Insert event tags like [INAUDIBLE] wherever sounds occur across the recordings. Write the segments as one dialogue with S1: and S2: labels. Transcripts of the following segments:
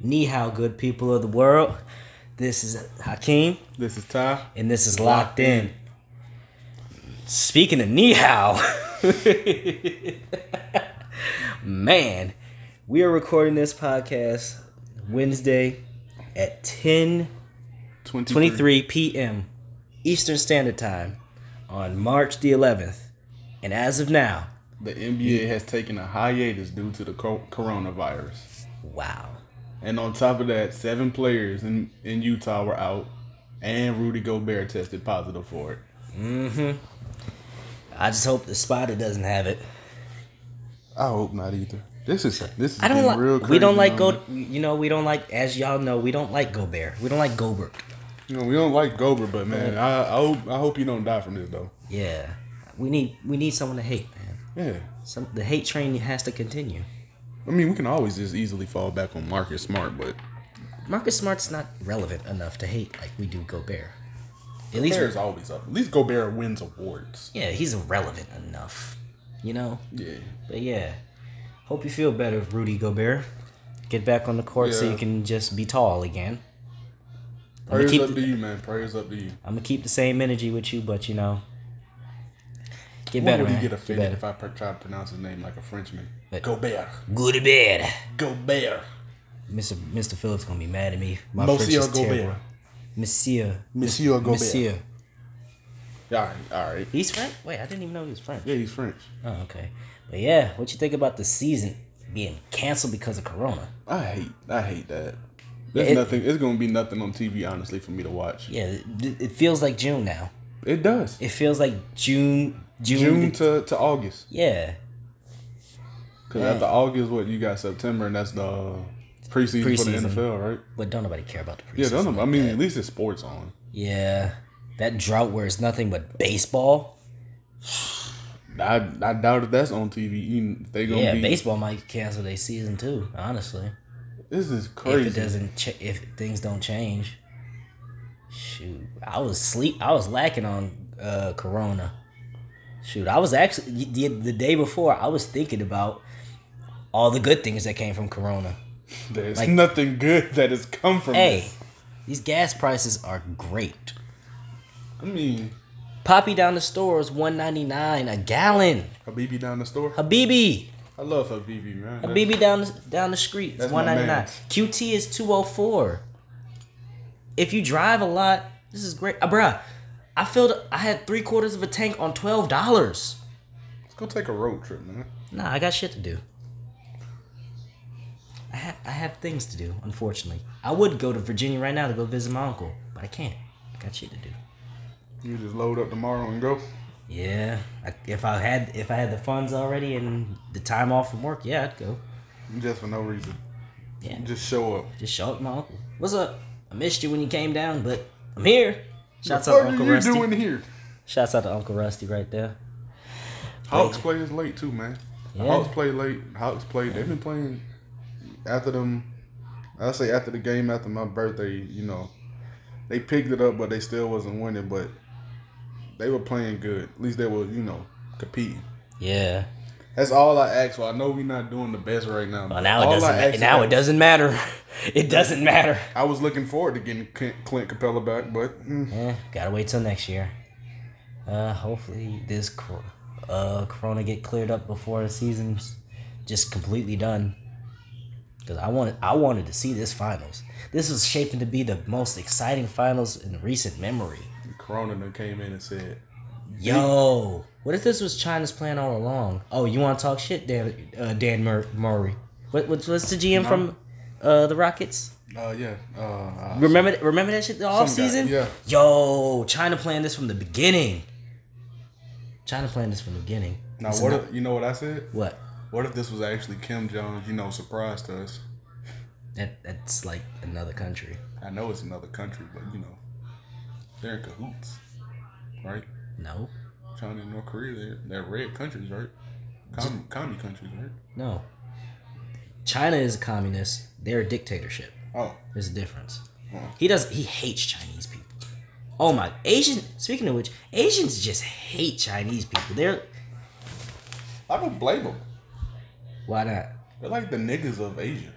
S1: Ni hao, good people of the world. This is Hakeem,
S2: This is Ty.
S1: and this is Locked In. Speaking of Ni hao, [LAUGHS] man, we are recording this podcast Wednesday at 10 23 p.m. Eastern Standard Time on March the 11th. And as of now,
S2: The NBA has taken a hiatus due to the co- coronavirus.
S1: wow.
S2: And on top of that, seven players in, in Utah were out, and Rudy Gobert tested positive for it.
S1: I just hope the spider doesn't have it.
S2: I hope not either. This is this is
S1: I don't like.
S2: real
S1: we don't like go. You know, we don't like. As y'all know, we don't like Gobert. We don't like Gobert.
S2: You know, we don't like Gobert, but man, I, I hope I hope you don't die from this though.
S1: Yeah, we need we need someone to hate, man.
S2: Yeah,
S1: Some the hate train has to continue.
S2: I mean we can always just easily fall back on Marcus Smart, but
S1: Marcus Smart's not relevant enough to hate like we do Gobert. At least,
S2: Gobert's always up. At least Gobert wins awards.
S1: yeah, he's irrelevant enough. You know,
S2: Yeah.
S1: but yeah. Hope you feel better, Rudy Gobert. Get back on the court so
S2: Yeah.
S1: you can just be tall again. Let me
S2: Prayers
S1: keep
S2: up
S1: the-
S2: to you, man. Prayers up to you.
S1: I'm gonna keep the same energy with you, but you know, get
S2: Why
S1: better,
S2: would he
S1: man.
S2: get offended
S1: better.
S2: if I pr- try to pronounce his name like a Frenchman?
S1: But-
S2: Gobert.
S1: Go to bed.
S2: Gobert.
S1: Mr. Mr. Phillips gonna be mad at me. My French
S2: Monsieur
S1: is
S2: Gobert.
S1: terrible. Monsieur.
S2: Monsieur Gobert.
S1: Monsieur.
S2: All right, all right.
S1: He's French. Wait, I didn't even know he was French.
S2: Yeah, he's French.
S1: Oh, okay. But yeah, what you think about the season being canceled because of Corona?
S2: I hate, I hate that. There's
S1: Yeah, it-
S2: nothing. It's gonna be nothing on TV, honestly, for me to watch.
S1: Yeah, it, it feels like June now.
S2: It does.
S1: It feels like June. June.
S2: June to, to August,
S1: yeah.
S2: because after August, what you got September, and that's the uh, preseason,
S1: Preseason.
S2: for the NFL, right?
S1: But don't nobody care about the preseason.
S2: Yeah, don't know. I mean, at least it's sports on.
S1: Yeah. That drought where it's nothing but baseball.
S2: I, I doubt if that's on TV. You- They gonna
S1: Yeah,
S2: be.
S1: baseball might cancel their season too. Honestly,
S2: This is
S1: if it
S2: crazy.
S1: doesn't, ch- if things don't change, shoot, I was sleep, I was lacking on uh Corona. Shoot, I was actually the, the day before I was thinking about all the good things that came from Corona.
S2: There's
S1: like-
S2: nothing good [LAUGHS] that has come from
S1: Hey,
S2: this.
S1: these gas prices are great.
S2: I mean,
S1: Poppy down the store is one ninety nine a gallon.
S2: Habibi down the store.
S1: Habibi,
S2: I love Habibi, man.
S1: Habibi down the, down the street is
S2: That's my
S1: one ninety nine.
S2: mans.
S1: QT is two oh four. If you drive a lot, this is great, uh, bruh. I filled. I had three quarters of a tank on twelve dollars.
S2: Let's go take a road trip, man.
S1: Nah, I got shit to do. I ha- I have things to do. Unfortunately, I would go to Virginia right now to go visit my uncle, but I can't. I got shit to do.
S2: You just load up tomorrow and go.
S1: Yeah, I, if I had if I had the funds already and the time off from work, yeah, I'd go.
S2: Just for no reason.
S1: Yeah.
S2: Just show up.
S1: Just show up, my uncle. What's up? I missed you when you came down, but I'm here. Shouts out
S2: what
S1: to
S2: are
S1: Uncle
S2: you
S1: Rusty.
S2: doing here?
S1: Shouts out to Uncle Rusty right there.
S2: Hawks play is late too, man.
S1: Yeah.
S2: Hawks play late. Hawks play. They've been playing after them. I say after the game after my birthday. You know, they picked it up, but they still wasn't winning. But they were playing good. At least they were, you know, competing.
S1: Yeah.
S2: That's all I asked for. I know we're not doing the best right now.
S1: Well, now
S2: all
S1: it
S2: I
S1: doesn't.
S2: asked
S1: Ma- now
S2: for-
S1: it doesn't matter. [LAUGHS] it doesn't matter.
S2: I was looking forward to getting Clint Clint Capella back, but mm,
S1: Yeah, [LAUGHS] gotta wait till next year. Uh, hopefully this cor- uh Corona get cleared up before the season's just completely done. Cause I wanted I wanted to see this finals. This was shaping to be the most exciting finals in recent memory.
S2: Corona done came in and said,
S1: Yo, what if this was China's plan all along? Oh, you want to talk shit, Dan uh, Dan Mur- Murray? What what's, what's the GM from uh the Rockets?
S2: "Oh yeah, uh, uh,
S1: Remember remember that shit the off
S2: Some guy,
S1: season?
S2: yeah.
S1: Yo, China planned this from the beginning. China planned this from the beginning.
S2: now
S1: It's
S2: what?
S1: not-
S2: If, you know what I said?
S1: what?
S2: What if this was actually Kim Jones? You know, surprised us.
S1: That that's like another country.
S2: I know it's another country, but you know, they're in cahoots, right?
S1: No.
S2: China and North Korea, they're, they're red countries, right? Com- commie countries, right?
S1: No. China is a communist. They're a dictatorship.
S2: Oh,
S1: There's a difference.
S2: Hmm.
S1: He does he hates Chinese people. Oh my Asian speaking of which, Asians just hate Chinese people. They're
S2: I don't blame them.
S1: why not?
S2: They're like the niggas of Asia.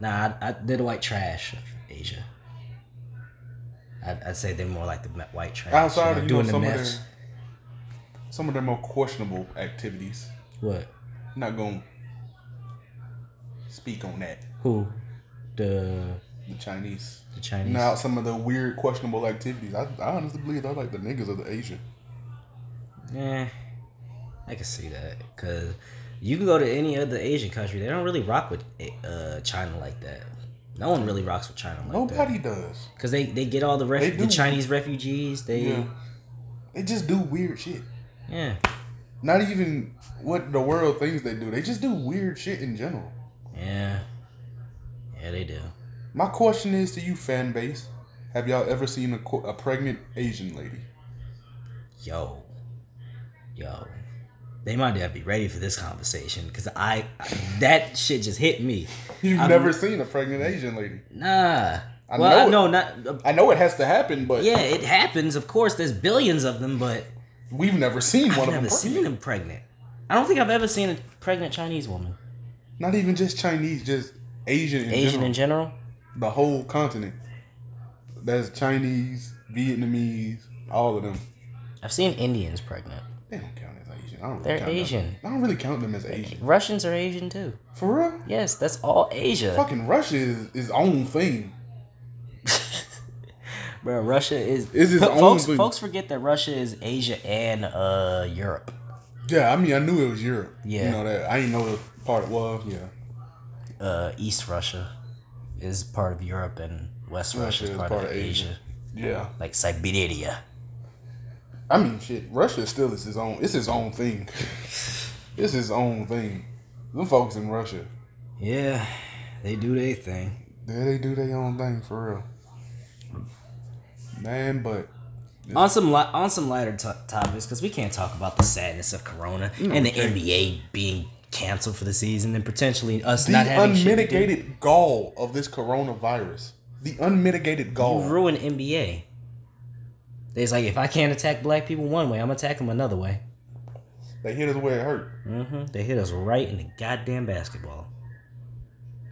S1: Nah, I, I, they're the white trash of Asia. I'd, I'd say they're more like the me- white trash. you
S2: Outside,
S1: know,
S2: of, you
S1: doing
S2: know,
S1: the
S2: some of
S1: mess.
S2: their some of their more questionable activities.
S1: What?
S2: I'm not gonna speak on that.
S1: Who? The
S2: The Chinese.
S1: the Chinese.
S2: Now some of the weird questionable activities. I, I honestly believe they're like the niggas of the Asia.
S1: Yeah, Eh, I can see that because you can go to any other Asian country, they don't really rock with uh, China like that. No one really rocks with China like that
S2: Nobody does.
S1: because they they get all the
S2: They
S1: ref- the
S2: do.
S1: Chinese refugees. They
S2: Yeah.
S1: yeah.
S2: They just do weird shit.
S1: yeah,
S2: Not even what the world thinks they do. They just do weird shit in general.
S1: yeah, they do.
S2: My question is to you, fan base: Have y'all ever seen a, qu- a pregnant Asian lady?
S1: Yo, yo, they might not be ready for this conversation because I, I that shit just hit me.
S2: You've
S1: I've-
S2: never seen a pregnant Asian lady.
S1: Nah.
S2: I
S1: well,
S2: know
S1: no, not.
S2: I know it has to happen, but
S1: yeah, it happens. Of course, there's billions of them, but
S2: we've never seen
S1: I've
S2: one
S1: never
S2: of them. Pregnant.
S1: seen them pregnant. I don't think I've ever seen a pregnant Chinese woman.
S2: Not even just Chinese, just Asian in
S1: Asian
S2: general.
S1: in general?
S2: the whole continent. That's Chinese, Vietnamese, all of them.
S1: I've seen Indians pregnant.
S2: They don't count as Asian. I don't really
S1: They're
S2: count them.
S1: Asian.
S2: I don't really count them as Asian.
S1: Russians are Asian too.
S2: For real?
S1: Yes, that's all Asia.
S2: Fucking Russia is its own thing.
S1: Bro, Russia is.
S2: It's its
S1: Fo-
S2: own
S1: folks,
S2: thing.
S1: folks forget that Russia is Asia and uh Europe.
S2: Yeah, I mean, I knew it was Europe.
S1: Yeah.
S2: You know that. I didn't know what part it was. Yeah.
S1: Uh, East Russia is part of Europe and West Russia, is part, of Asia.
S2: Yeah.
S1: Like Siberia.
S2: I mean, shit, Russia still is its own. It's its own thing. [LAUGHS] it's its own thing. Them folks in Russia,
S1: Yeah, they do their thing.
S2: yeah, they do their own thing for real. Man, but
S1: On some li- on some lighter to topics, because we can't talk about the sadness of Corona and the NBA being canceled for the season and potentially us
S2: the
S1: not having shit to do.
S2: unmitigated gall of this coronavirus. The unmitigated
S1: You
S2: gall.
S1: ruin NBA. It's like if I can't attack black people one way, I'm attacking them another way.
S2: they hit us where it hurt.
S1: hmm They hit us right in the goddamn basketball.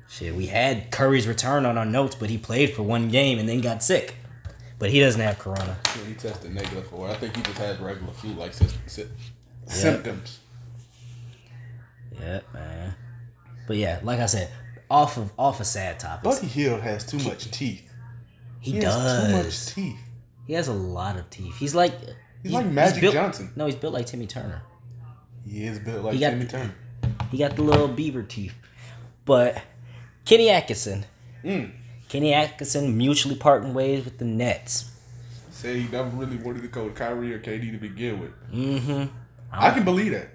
S1: Shit, we had Curry's return on our notes, but he played for one game and then got sick. But he doesn't have corona.
S2: Yeah, he tested negative for it. I think he just had regular flu-like sy- sy- symptoms.
S1: Yep, man. But yeah, like I said, off of off of sad topics.
S2: Buddy Hill has too much teeth.
S1: he
S2: He
S1: does.
S2: has too much teeth.
S1: He has a lot of teeth. He's like
S2: He's like Magic
S1: built-
S2: Johnson.
S1: No, he's built like Timmy Turner.
S2: He is built like
S1: He got-
S2: Timmy Turner.
S1: He got the little beaver teeth. But Kenny Atkinson.
S2: Mm.
S1: Kenny Atkinson mutually parting ways with the Nets.
S2: Say he never really wanted to coach Kyrie or KD to begin with.
S1: Mm-hmm.
S2: I can believe that.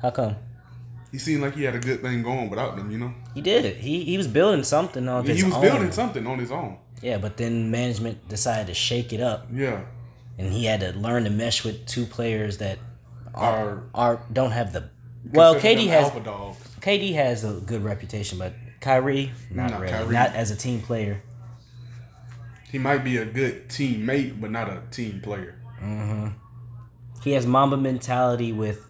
S1: How come?
S2: He seemed like he had a good thing going without them, you know.
S1: He did. He he was building something on his
S2: he was
S1: own.
S2: building something on his own.
S1: Yeah, but then management decided to shake it up,
S2: Yeah,
S1: and he had to learn to mesh with two players that
S2: Are-
S1: are are don't have the. Well,
S2: Consider
S1: KD
S2: them
S1: has
S2: alpha dogs.
S1: KD has a good reputation, but Kyrie not
S2: Nah,
S1: really.
S2: Kyrie.
S1: Not as a team player.
S2: He might be a good teammate, but not a team player.
S1: He has Mamba mentality with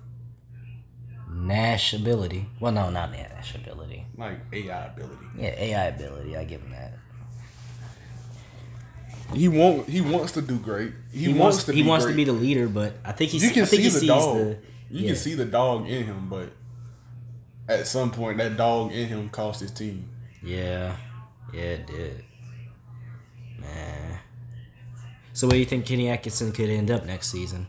S1: Nash ability. Well, no, not Nash ability.
S2: Like AI ability.
S1: Yeah, AI ability. I give him that.
S2: He want he wants to do great. He,
S1: He,
S2: wants,
S1: wants.
S2: to.
S1: he
S2: be
S1: wants
S2: great.
S1: to be the leader, but I think he's.
S2: You can
S1: I think
S2: see
S1: he
S2: the
S1: sees
S2: dog.
S1: the.
S2: you
S1: yeah.
S2: can see the dog in him, but at some point, that dog in him cost his team.
S1: Yeah, yeah, it did. Man. So where do you think Kenny Atkinson could end up next season?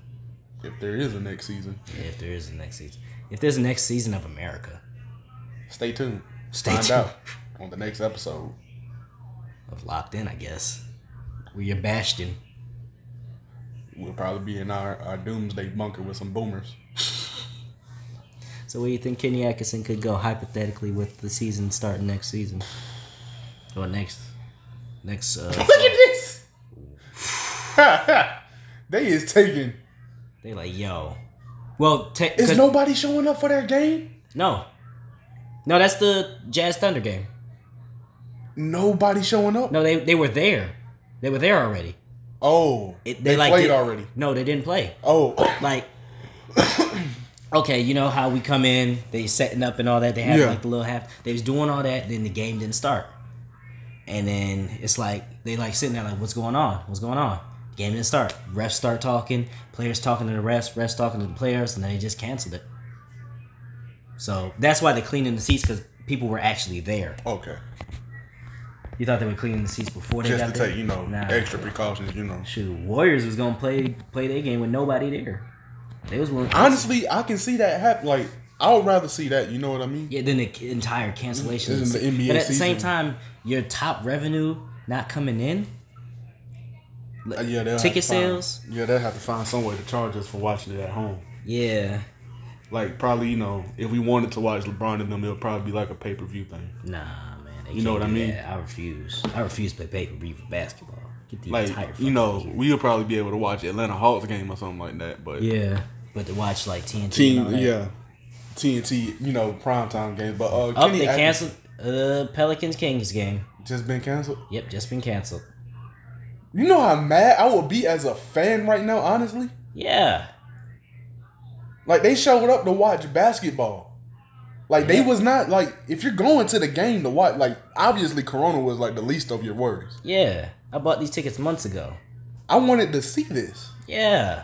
S2: If there is a next season,
S1: Yeah, if there is a next season, if there's a next season of America,
S2: stay tuned.
S1: Stay
S2: Find
S1: tuned.
S2: out on the next episode.
S1: of Locked In, I guess. We're your bastion.
S2: We'll probably be in our, our doomsday bunker with some
S1: [LAUGHS]
S2: boomers.
S1: So where do you think Kenny Atkinson could go hypothetically with the season starting next season? Or next, next. [COUGHS] Uh,
S2: Look at this. [LAUGHS] they is taking.
S1: they like yo. Well, te-
S2: Is
S1: 'cause-
S2: nobody showing up for their game?
S1: no, no, that's the Jazz Thunder game.
S2: Nobody showing up.
S1: No, they they were there. They were there already.
S2: Oh,
S1: It,
S2: they,
S1: like
S2: played Oh,
S1: did-
S2: already.
S1: [COUGHS] No, they didn't play.
S2: Oh,
S1: Like okay, you know how we come in, they setting up and all that. They had
S2: Yeah.
S1: like the little half. They was doing all that, then the game didn't start. And then it's like they like sitting there like, what's going on? What's going on? Game didn't start. Refs start talking. Players talking to the refs. Refs talking to the players, and they just canceled it. So that's why they're cleaning the seats because people were actually there.
S2: Okay.
S1: You thought they were cleaning the seats before they
S2: Just
S1: got
S2: to
S1: there?
S2: take, you know,
S1: Nah.
S2: extra precautions, you know.
S1: Shoot, Warriors was gonna play play their game with nobody there. They was willing.
S2: Honestly, I can see that happen. Like, I would rather see that, you know what I mean?
S1: Yeah, then the c- entire cancellation.
S2: This is the NBA
S1: but at the same
S2: season.
S1: time, your top revenue not coming in. Li-
S2: Uh, yeah, they'll have
S1: ticket
S2: to find-
S1: sales.
S2: Yeah, they'll have to find some way to charge us for watching it at home.
S1: Yeah,
S2: Like probably, you know, if we wanted to watch LeBron and them, it'll probably be like a pay per view thing.
S1: nah, man. They
S2: You know
S1: can't
S2: what I
S1: do
S2: mean?
S1: that. I refuse. I refuse to play pay per view for basketball. Get the
S2: Like
S1: entire. fucking
S2: you know,
S1: year.
S2: we'll probably be able to watch Atlanta Hawks game or something like that. But
S1: Yeah, but to watch like TNT. and all
S2: team,
S1: that.
S2: yeah, TNT, you know, primetime games. But uh,
S1: Oh,
S2: Kenny
S1: they
S2: Atkinson-
S1: canceled uh, Pelicans Kings game.
S2: Just been canceled.
S1: Yep, just been canceled.
S2: You know how mad I would be as a fan right now, honestly.
S1: Yeah,
S2: Like they showed up to watch basketball. Like they
S1: Yeah.
S2: was not like if you're going to the game to watch. Like obviously, Corona was like the least of your worries.
S1: yeah. I bought these tickets months ago.
S2: I wanted to see this.
S1: Yeah.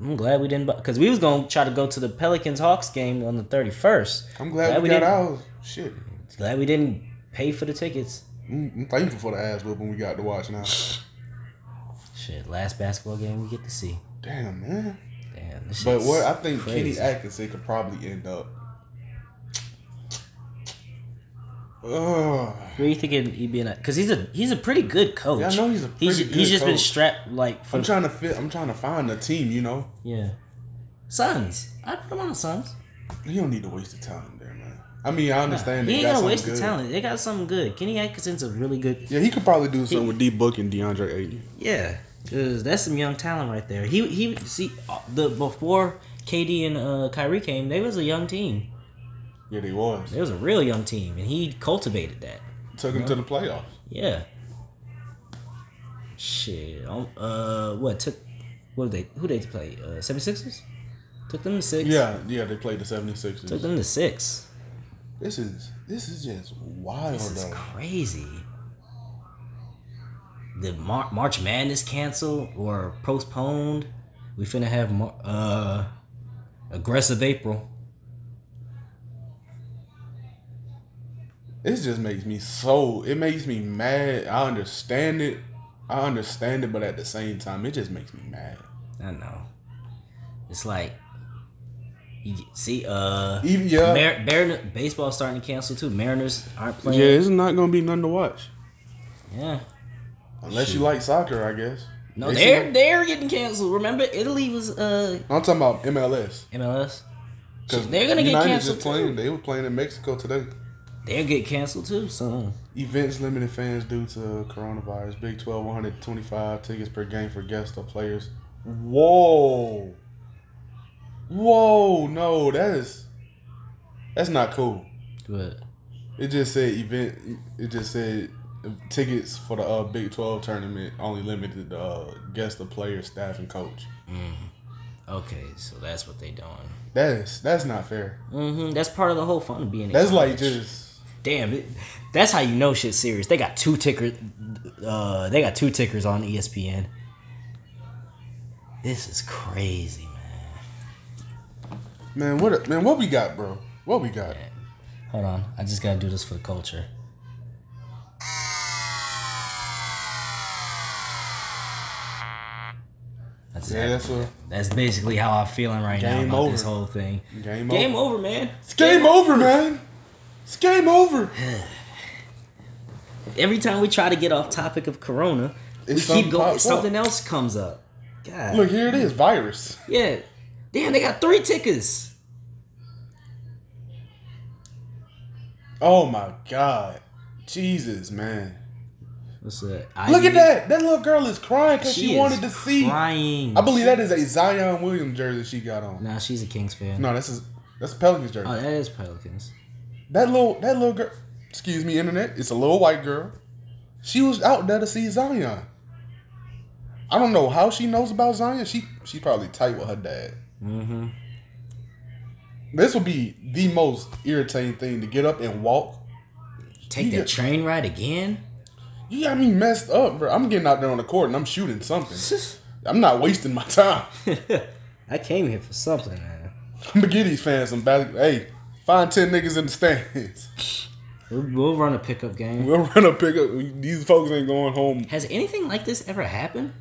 S1: I'm glad we didn't because we was gonna try to go to the Pelicans Hawks game on the 31st.
S2: I'm glad,
S1: Glad
S2: we,
S1: we
S2: got
S1: didn't-
S2: out. Shit.
S1: Glad we didn't pay for the tickets.
S2: I'm I'm thankful for the ass whooping we got to watch now.
S1: Shit, last basketball game we get to see.
S2: Damn, man.
S1: Damn. This
S2: But
S1: shit's
S2: where I think Kenny
S1: crazy.
S2: Atkinson could probably end up. Ugh.
S1: Where you thinking he'd be in? Because he's a he's a pretty good coach.
S2: Yeah, I know he's a
S1: He's,
S2: pretty
S1: he's
S2: good
S1: just been
S2: coach.
S1: strapped like for
S2: I'm trying to fit. I'm trying to find a team. You know,
S1: yeah. Suns. I put him on the Suns.
S2: he don't need to waste the talent there, man. I mean, I understand
S1: He
S2: they
S1: ain't
S2: got
S1: gonna
S2: something
S1: waste
S2: good.
S1: the talent. They got something good. Kenny Atkinson's a really good.
S2: Yeah, he could probably do something with D Book and DeAndre Ayton.
S1: Yeah, 'cause that's some young talent right there. He he see uh, the before KD and uh, Kyrie came, they was a young team.
S2: Yeah, they was
S1: They was a real young team, and he cultivated that.
S2: took him to the playoffs.
S1: Yeah. Shit. um, Uh, what took? What did they? Who they play? Uh, 76ers? Took them to six.
S2: Yeah, yeah, they played the
S1: Took
S2: 76ers.
S1: them to six.
S2: This is this is just wild,
S1: This is
S2: though.
S1: crazy. The Mar- March Madness canceled or postponed. We finna have Mar- uh aggressive April.
S2: It just makes me so. It makes me mad. I understand it. I understand it, but at the same time, it just makes me mad.
S1: I know. It's like you get- see uh
S2: Even yeah,
S1: Mar- Mariner- baseball's starting to cancel too. Mariners aren't
S2: yeah,
S1: playing.
S2: it's not gonna be nothing to watch
S1: Yeah.
S2: unless you like soccer, I guess.
S1: No,
S2: They
S1: they're
S2: seem-
S1: they're getting canceled. Remember, Italy was uh
S2: I'm talking about MLS
S1: MLS. They're gonna get
S2: United's
S1: canceled,
S2: playing.
S1: too.
S2: They were playing in Mexico today.
S1: They'll get canceled too soon.
S2: Events limited fans due to coronavirus. Big 12, 125 tickets per game for guests or players. Whoa. Whoa, no, that is that's not cool.
S1: But
S2: It just said event it just said tickets for the uh, Big 12 tournament only limited to uh, guests or players, staff and coach.
S1: okay, so that's what they doing.
S2: That is that's not fair.
S1: hmm That's part of the whole fun of being. in
S2: That's like
S1: college.
S2: just
S1: damn. It, that's how you know shit's serious. They got two ticker. Uh, they got two tickers on E ESPN. This is crazy, man.
S2: man, what man, what we got, bro? What we got?
S1: Hold on, I just gotta do this for the culture. That's
S2: Yeah, that's a
S1: That's basically how I'm feeling right
S2: Game
S1: now about
S2: over.
S1: this whole thing.
S2: game, over.
S1: Game over, man.
S2: It's game over, man. It's game over.
S1: Every time we try to get off topic of Corona, we
S2: It's
S1: keep
S2: something
S1: going.
S2: pops up.
S1: Something else comes up. God.
S2: Look, here it is, virus.
S1: Yeah. Damn, they got three tickets.
S2: Oh my god. Jesus, man.
S1: What's that?
S2: Look
S1: Ivy?
S2: at that. That little girl is crying because she,
S1: is
S2: wanted to see.
S1: Crying.
S2: I believe that is a Zion Williams jersey she got on.
S1: Nah, she's a Kings fan.
S2: No, that's a, that's a Pelicans jersey.
S1: Oh, that is Pelicans.
S2: That little that little girl excuse me, internet, it's a little white girl. She was out there to see Zion. I don't know how she knows about Zion. She she probably tight with her dad.
S1: Mm-hmm.
S2: This would be the most irritating thing to get up and walk.
S1: Take
S2: You
S1: that
S2: get-
S1: train ride again? [LAUGHS]
S2: You got me messed up, bro. I'm getting out there on the court and I'm shooting something. I'm not wasting my time. [LAUGHS]
S1: I came here for something, man.
S2: I'm gonna give these fans some basketball. Hey, find ten niggas in the stands. [LAUGHS]
S1: We'll, we'll run a pickup game.
S2: We'll run a pickup. These folks ain't going home.
S1: Has anything like this ever happened?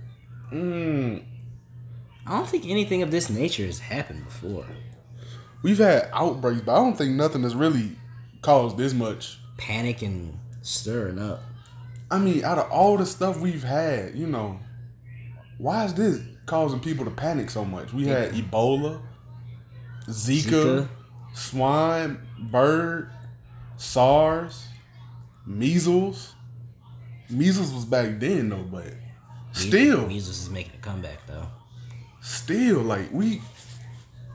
S2: Mm,
S1: I don't think anything of this nature has happened before.
S2: we've had outbreaks, but I don't think nothing has really caused this much.
S1: Panic and stirring up.
S2: I mean, out of all the stuff we've had, you know, why is this causing people to panic so much? We had Ebola, Zika,
S1: Zika.
S2: swine, bird, SARS, measles. Measles was back then though, but still,
S1: Measles is making a comeback, though.
S2: still, like we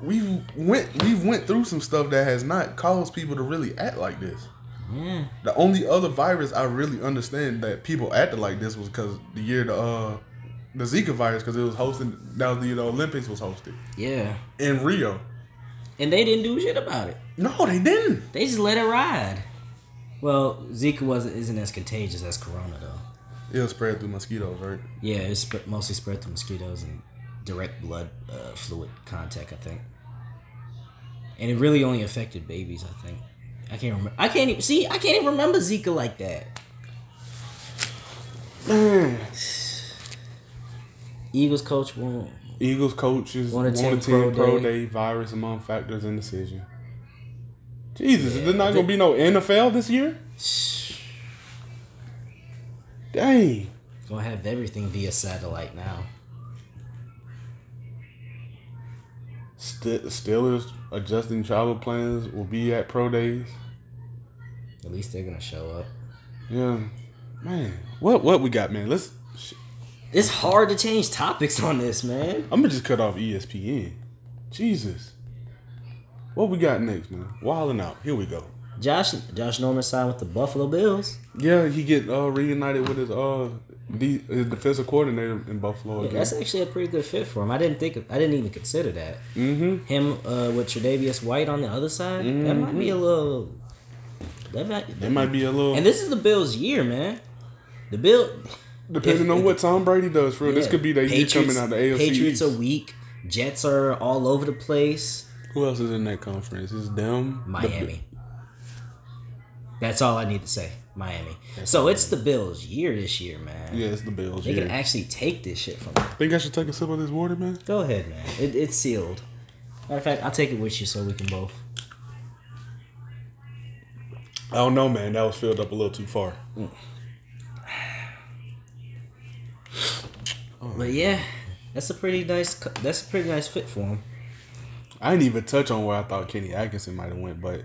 S2: we went we went through some stuff that has not caused people to really act like this.
S1: Yeah.
S2: The only other virus I really understand that people acted like this was because the year the uh, the Zika virus because it was hosted that was the year the Olympics was hosted
S1: Yeah.
S2: in Rio.
S1: And they didn't do shit about it.
S2: No, they didn't.
S1: They just let it ride. Well, Zika wasn't isn't as contagious as Corona though.
S2: It was spread through mosquitoes, right?
S1: Yeah, it's sp- mostly spread through mosquitoes and direct blood uh, fluid contact, I think. And it really only affected babies, I think. I can't remember. I can't even see. I can't even remember Zika like that. Eagles coach won't.
S2: Eagles coaches
S1: One to
S2: one to ten,
S1: 10 pro
S2: pro
S1: day.
S2: day virus among factors in decision. Jesus, is
S1: Yeah,
S2: there not
S1: they-
S2: gonna be no NFL this year? Dang.
S1: Gonna have everything via satellite now.
S2: St- Steelers adjusting travel plans will be at pro days.
S1: At least they're gonna show up.
S2: Yeah, man. What what we got, man? Let's. Sh-
S1: It's hard to change topics on this, man.
S2: I'm gonna just cut off E ESPN. Jesus. What we got next, man? Wilding out. Here we go.
S1: Josh Josh Norman signed with the Buffalo Bills.
S2: Yeah, he get uh, reunited with his uh de- his defensive coordinator in Buffalo again.
S1: That's actually a pretty good fit for him. I didn't think I didn't even consider that.
S2: mm-hmm.
S1: Him uh, with Tre'Davious White on the other side. That might be a little. That might.
S2: It Mm-hmm. might be a little
S1: And this is the Bills' year, man. The Bill.
S2: depending
S1: if-
S2: on
S1: if-
S2: what Tom Brady does for real, this
S1: yeah.
S2: could be their year coming out of the AFC.
S1: Patriots are
S2: East.
S1: weak. Jets are all over the place.
S2: Who else is in that conference? It's them. the-
S1: Miami. That's all I need to say. Miami. So it's the Bills' year this year, man.
S2: yeah, it's the Bills.
S1: They can
S2: Yeah.
S1: actually take this shit from. Them.
S2: Think I should take a sip of this water, man?
S1: Go ahead, man. It, it's sealed. Matter of fact, I'll take it with you so we can both.
S2: I don't know, man. That was filled up a little too far.
S1: But yeah, that's a pretty nice. co- That's a pretty nice fit for him.
S2: I didn't even touch on where I thought Kenny Atkinson might have went, but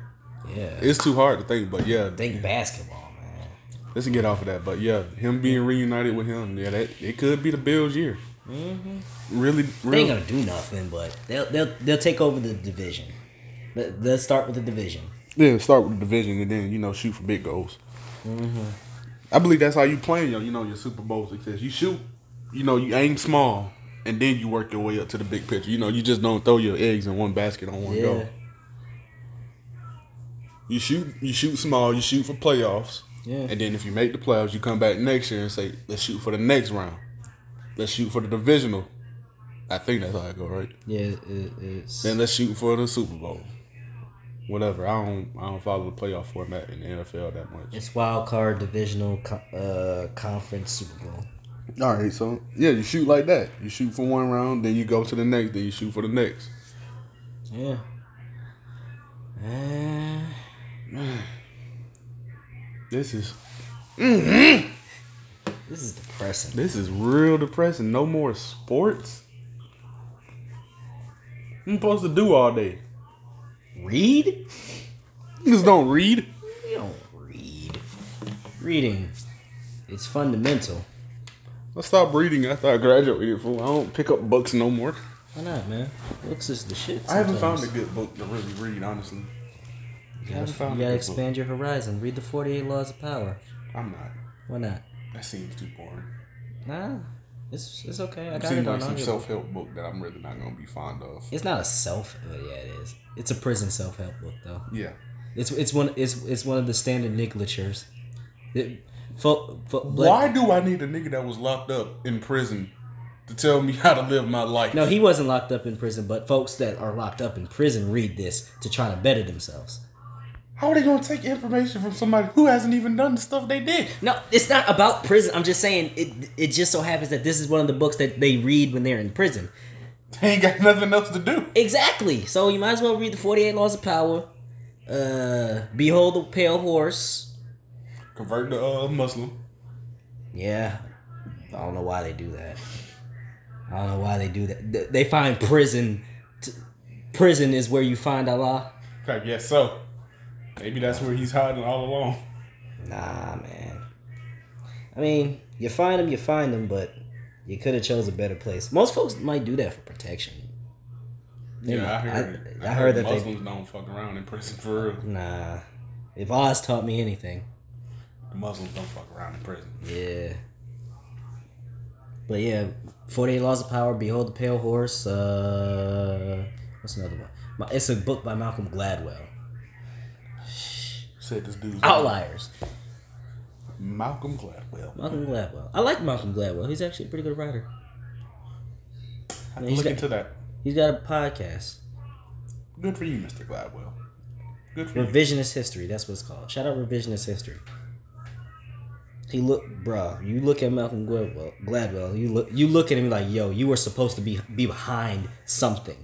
S1: Yeah.
S2: it's too hard to think. But yeah,
S1: Think basketball, man.
S2: let's get off of that. But yeah, him being reunited with him, yeah, that it could be the Bills' year. Mm-hmm. Really,
S1: They ain't
S2: really.
S1: gonna do nothing, but they'll they'll they'll take over the division. Let, let's start with the division.
S2: Yeah, start with the division and then you know shoot for big goals.
S1: Mm-hmm.
S2: I believe that's how you plan your you know your Super Bowl success. You shoot, you know you aim small, and then you work your way up to the big picture. You know you just don't throw your eggs in one basket on one
S1: Yeah.
S2: go. You shoot, you shoot small. You shoot for playoffs,
S1: Yeah.
S2: and then if you make the playoffs, you come back next year and say let's shoot for the next round. Let's shoot for the divisional. I think that's how it go, right?
S1: Yeah. It, it's
S2: Then let's shoot for the Super Bowl. Whatever. I don't I don't follow the playoff format in the NFL that much.
S1: it's wild card divisional co- uh, conference Super Bowl.
S2: All right, so yeah, you shoot like that. You shoot for one round, then you go to the next, then you shoot for the next.
S1: Yeah. Uh,
S2: This is
S1: this is depressing.
S2: this is real depressing. No more sports. I'm supposed to do all day.
S1: Read?
S2: You just don't read.
S1: You don't read. Reading, it's fundamental.
S2: I stopped reading after I graduated. Fool. I don't pick up books no more.
S1: Why not, man? Books is the shit.
S2: I haven't
S1: sometimes.
S2: found a good book to really read, honestly.
S1: You
S2: I
S1: gotta,
S2: haven't found
S1: you
S2: a
S1: gotta
S2: good
S1: expand your horizon. Read the 48 Laws of Power.
S2: I'm not.
S1: Why not?
S2: That seems too boring.
S1: Nah. It's it's okay. I
S2: It
S1: got it
S2: seems
S1: on
S2: like some
S1: audiobook.
S2: self help book that I'm really not gonna be fond of.
S1: It's not a self, but yeah, it is. It's a prison self help book though.
S2: Yeah,
S1: It's it's one it's it's one of the standard nicklatures. It, fo- fo- but-
S2: why do I need a nigga that was locked up in prison to tell me [LAUGHS] how to live my life?
S1: No, he wasn't locked up in prison, but folks that are locked up in prison read this to try to better themselves.
S2: How are they gonna take information from somebody who hasn't even done the stuff they did? [LAUGHS]
S1: No, it's not about prison. I'm just saying it. It just so happens that this is one of the books that they read when they're in prison.
S2: They ain't got nothing else to do.
S1: Exactly. So you might as well read the Forty Eight Laws of Power, uh, Behold the Pale Horse.
S2: Convert to uh, Muslim.
S1: Yeah, I don't know why they do that. I don't know why they do that. Th- They find prison. T- prison is where you find Allah.
S2: I guess so. Maybe that's where he's hiding all along.
S1: Nah, man. I mean, you find them, you find them, but you could have chose a better place. Most folks might do that for protection. They
S2: Yeah, I
S1: might-
S2: heard. it.
S1: I, I heard that
S2: Muslims don't fuck around in prison for real.
S1: they. Nah. If Oz taught me anything,
S2: The Muslims don't fuck around in prison.
S1: yeah. But yeah, Forty Eight Laws of Power, Behold the Pale Horse. Uh, what's another one? My, it's a book by Malcolm Gladwell.
S2: Said this dude's
S1: Oh. Outliers.
S2: Malcolm Gladwell.
S1: Malcolm Gladwell. I like Malcolm Gladwell. He's actually a pretty good writer.
S2: I
S1: he's
S2: Look
S1: got-
S2: into that.
S1: He's got a podcast.
S2: Good for you, Mr. Gladwell. Good for you.
S1: Revisionist history. That's what it's called. Shout out revisionist history. He look, bruh. You look at Malcolm Gladwell. Gladwell. You look. You look at him like, yo. You were supposed to be be behind something,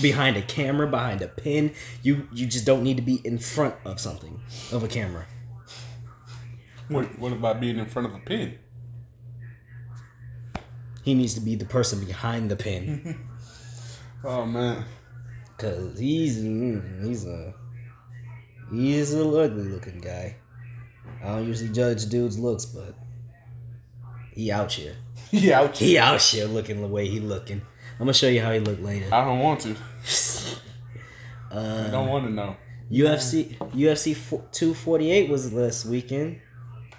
S1: behind a camera, behind a pin. You you just don't need to be in front of something, of a camera.
S2: What, what about being in front of a pin?
S1: He needs to be the person behind the pin,
S2: Oh [LAUGHS] man,
S1: cause he's mm, he's a he's a little ugly looking guy. I don't usually judge dudes' looks, but he out here.
S2: he out here.
S1: He out here looking the way he looking. I'm gonna show you how he look later.
S2: I don't want to. I don't want to know.
S1: UFC UFC fo- 248 was last weekend.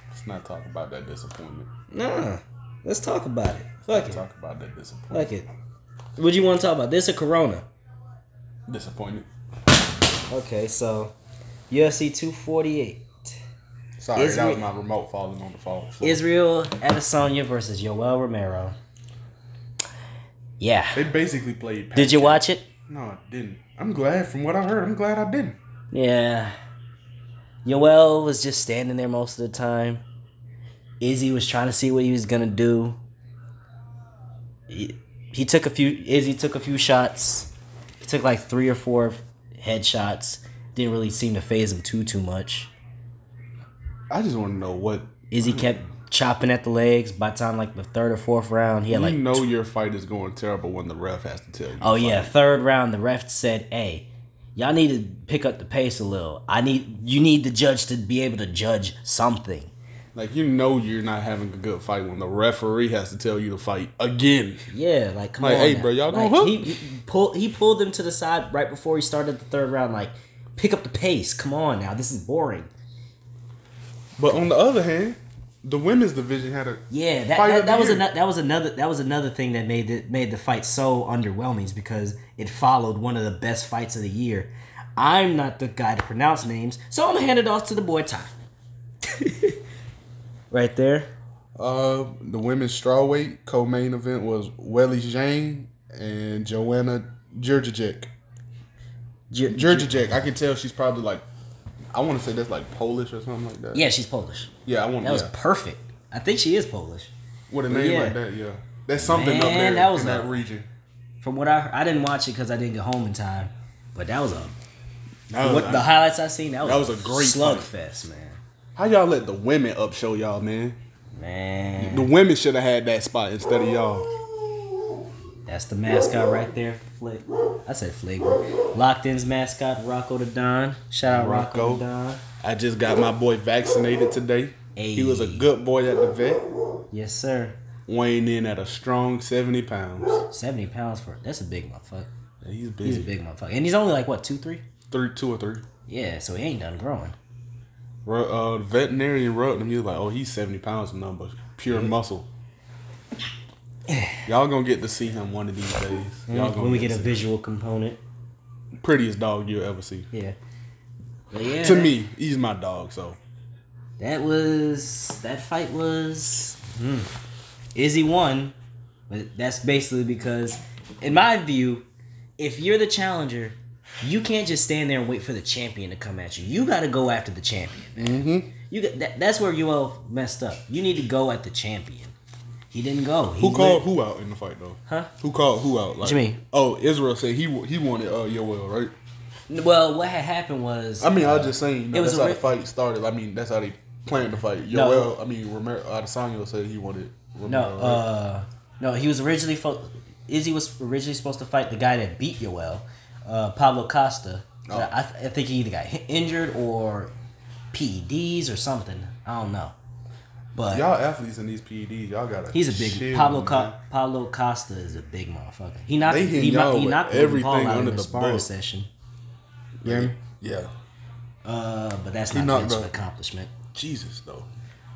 S2: Let's not talk about that disappointment.
S1: Nah, let's talk about it. Fuck it,
S2: Talk about that disappointment.
S1: fuck it. What you want to talk about? This or Corona?
S2: Disappointed.
S1: Okay, so UFC 248.
S2: Sorry,
S1: Is
S2: that was
S1: it-
S2: my remote falling on the fall floor.
S1: Israel Adesanya versus Yoel Romero. Yeah.
S2: they basically played.
S1: Did you watch it?
S2: No, I didn't. I'm glad. From what I heard, I'm glad I didn't.
S1: Yeah. Yoel was just standing there most of the time. Izzy was trying to see what he was gonna do. He, he took a few. Izzy took a few shots. He took like three or four head shots. Didn't really seem to phase him too too much.
S2: I just want to know what
S1: Izzy kept chopping at the legs. By the time like the third or fourth round, he had like
S2: you know your fight is going terrible when the ref has to tell you.
S1: Oh yeah, third round the ref said, "Hey, y'all need to pick up the pace a little. I need you need the judge to be able to judge something."
S2: Like you know you're not having a good fight when the referee has to tell you to fight again.
S1: Yeah, like come
S2: Like,
S1: on,
S2: hey,
S1: now.
S2: bro, y'all
S1: Like,
S2: gonna hook?
S1: He, he pulled he pulled them to the side right before he started the third round. Like, pick up the pace. Come on now, this is boring.
S2: But on the other hand, the women's division had a
S1: Yeah, that
S2: Fight of
S1: that,
S2: the
S1: that was
S2: year.
S1: another that was another that was another thing that made it made the fight so underwhelming is because it followed one of the best fights of the year. I'm not the guy to pronounce names, so I'm gonna hand it off to the boy
S2: [LAUGHS]
S1: Ty. right there.
S2: Uh, the women's strawweight co-main event was Welly Zhang and Joanna Jurjicek.
S1: Ju-
S2: Jurjicek, I can tell she's probably like, I want to say that's like Polish or something like that.
S1: yeah, she's Polish.
S2: yeah, I want.
S1: That
S2: to
S1: was
S2: yeah.
S1: perfect. I think she is Polish.
S2: with a name
S1: yeah.
S2: like that. Yeah, that's something up
S1: Man,
S2: there
S1: that was
S2: in that
S1: a-
S2: region.
S1: From what I heard, I didn't watch it because I didn't get home in time, but that was a
S2: That was
S1: What the highlights I seen? That was,
S2: Uh, That was a great
S1: slugfest, man.
S2: How y'all let the women up show y'all, man? The
S1: Man,
S2: women should have had that spot instead of y'all.
S1: that's the mascot right there. Flick, I said Flavor. Locked in's mascot, Rocco the Don. Shout out Rocco,
S2: Rocco.
S1: the Don.
S2: I just got my boy vaccinated today. He was a
S1: Ayy.
S2: good boy at the vet,
S1: Yes, sir.
S2: weighing in at a strong seventy pounds.
S1: Seventy pounds for that's a big motherfucker.
S2: He's big,
S1: He's a big motherfucker, and he's only like what two, three?
S2: three, two or three.
S1: Yeah, so he ain't done growing.
S2: Ru- Uh,
S1: [SIGHS]
S2: veterinarian rubbed him. He was like, "Oh, he's seventy pounds of number, pure muscle." Y'all gonna get to see him one of these days. Y'all gonna
S1: Mm, when we get a
S2: to see
S1: visual component.
S2: him. prettiest dog you'll ever see.
S1: Yeah. But yeah.
S2: To
S1: that-
S2: me, he's my dog. So
S1: That was that fight was hmm. Izzy won, but that's basically because, in my view, if you're the challenger, you can't just stand there and wait for the champion to come at you. You got to go after the champion, man.
S2: Mm-hmm.
S1: You got, that, that's where UL messed up. You need to go at the champion. He didn't go. He
S2: who
S1: lit-
S2: called who out in the fight though?
S1: Huh?
S2: Who called who out? Like,
S1: you mean?
S2: Oh, Israel said he wa- he wanted uh Yoel, right?
S1: Well, what had happened was
S2: I mean, I was just saying. You know,
S1: It was
S2: that's
S1: a
S2: how
S1: re-
S2: the fight started. I mean, that's how they planned the fight. Yoel,
S1: No.
S2: I mean, Romero Adesanya said he wanted. Romero,
S1: No,
S2: right?
S1: uh, no, he was originally fo- Izzy was originally supposed to fight the guy that beat Yoel, uh, Pablo Costa.
S2: Oh.
S1: I, I think he either got hi- injured or PEDs or something. I don't know, but
S2: Y'all athletes in these PEDs, y'all gotta.
S1: he's a big
S2: chill,
S1: Pablo.
S2: man.
S1: Co- Pablo Costa is a big motherfucker. He knocked
S2: They
S1: he,
S2: hitting
S1: he,
S2: y'all
S1: knocked- he
S2: with
S1: knocked Logan Paul
S2: everything
S1: out in
S2: under
S1: the
S2: the
S1: sparring
S2: book.
S1: session.
S2: You hear me? Yeah.
S1: Uh, but that's
S2: He
S1: not
S2: knocked
S1: much of
S2: out-
S1: accomplishment.
S2: Jesus though.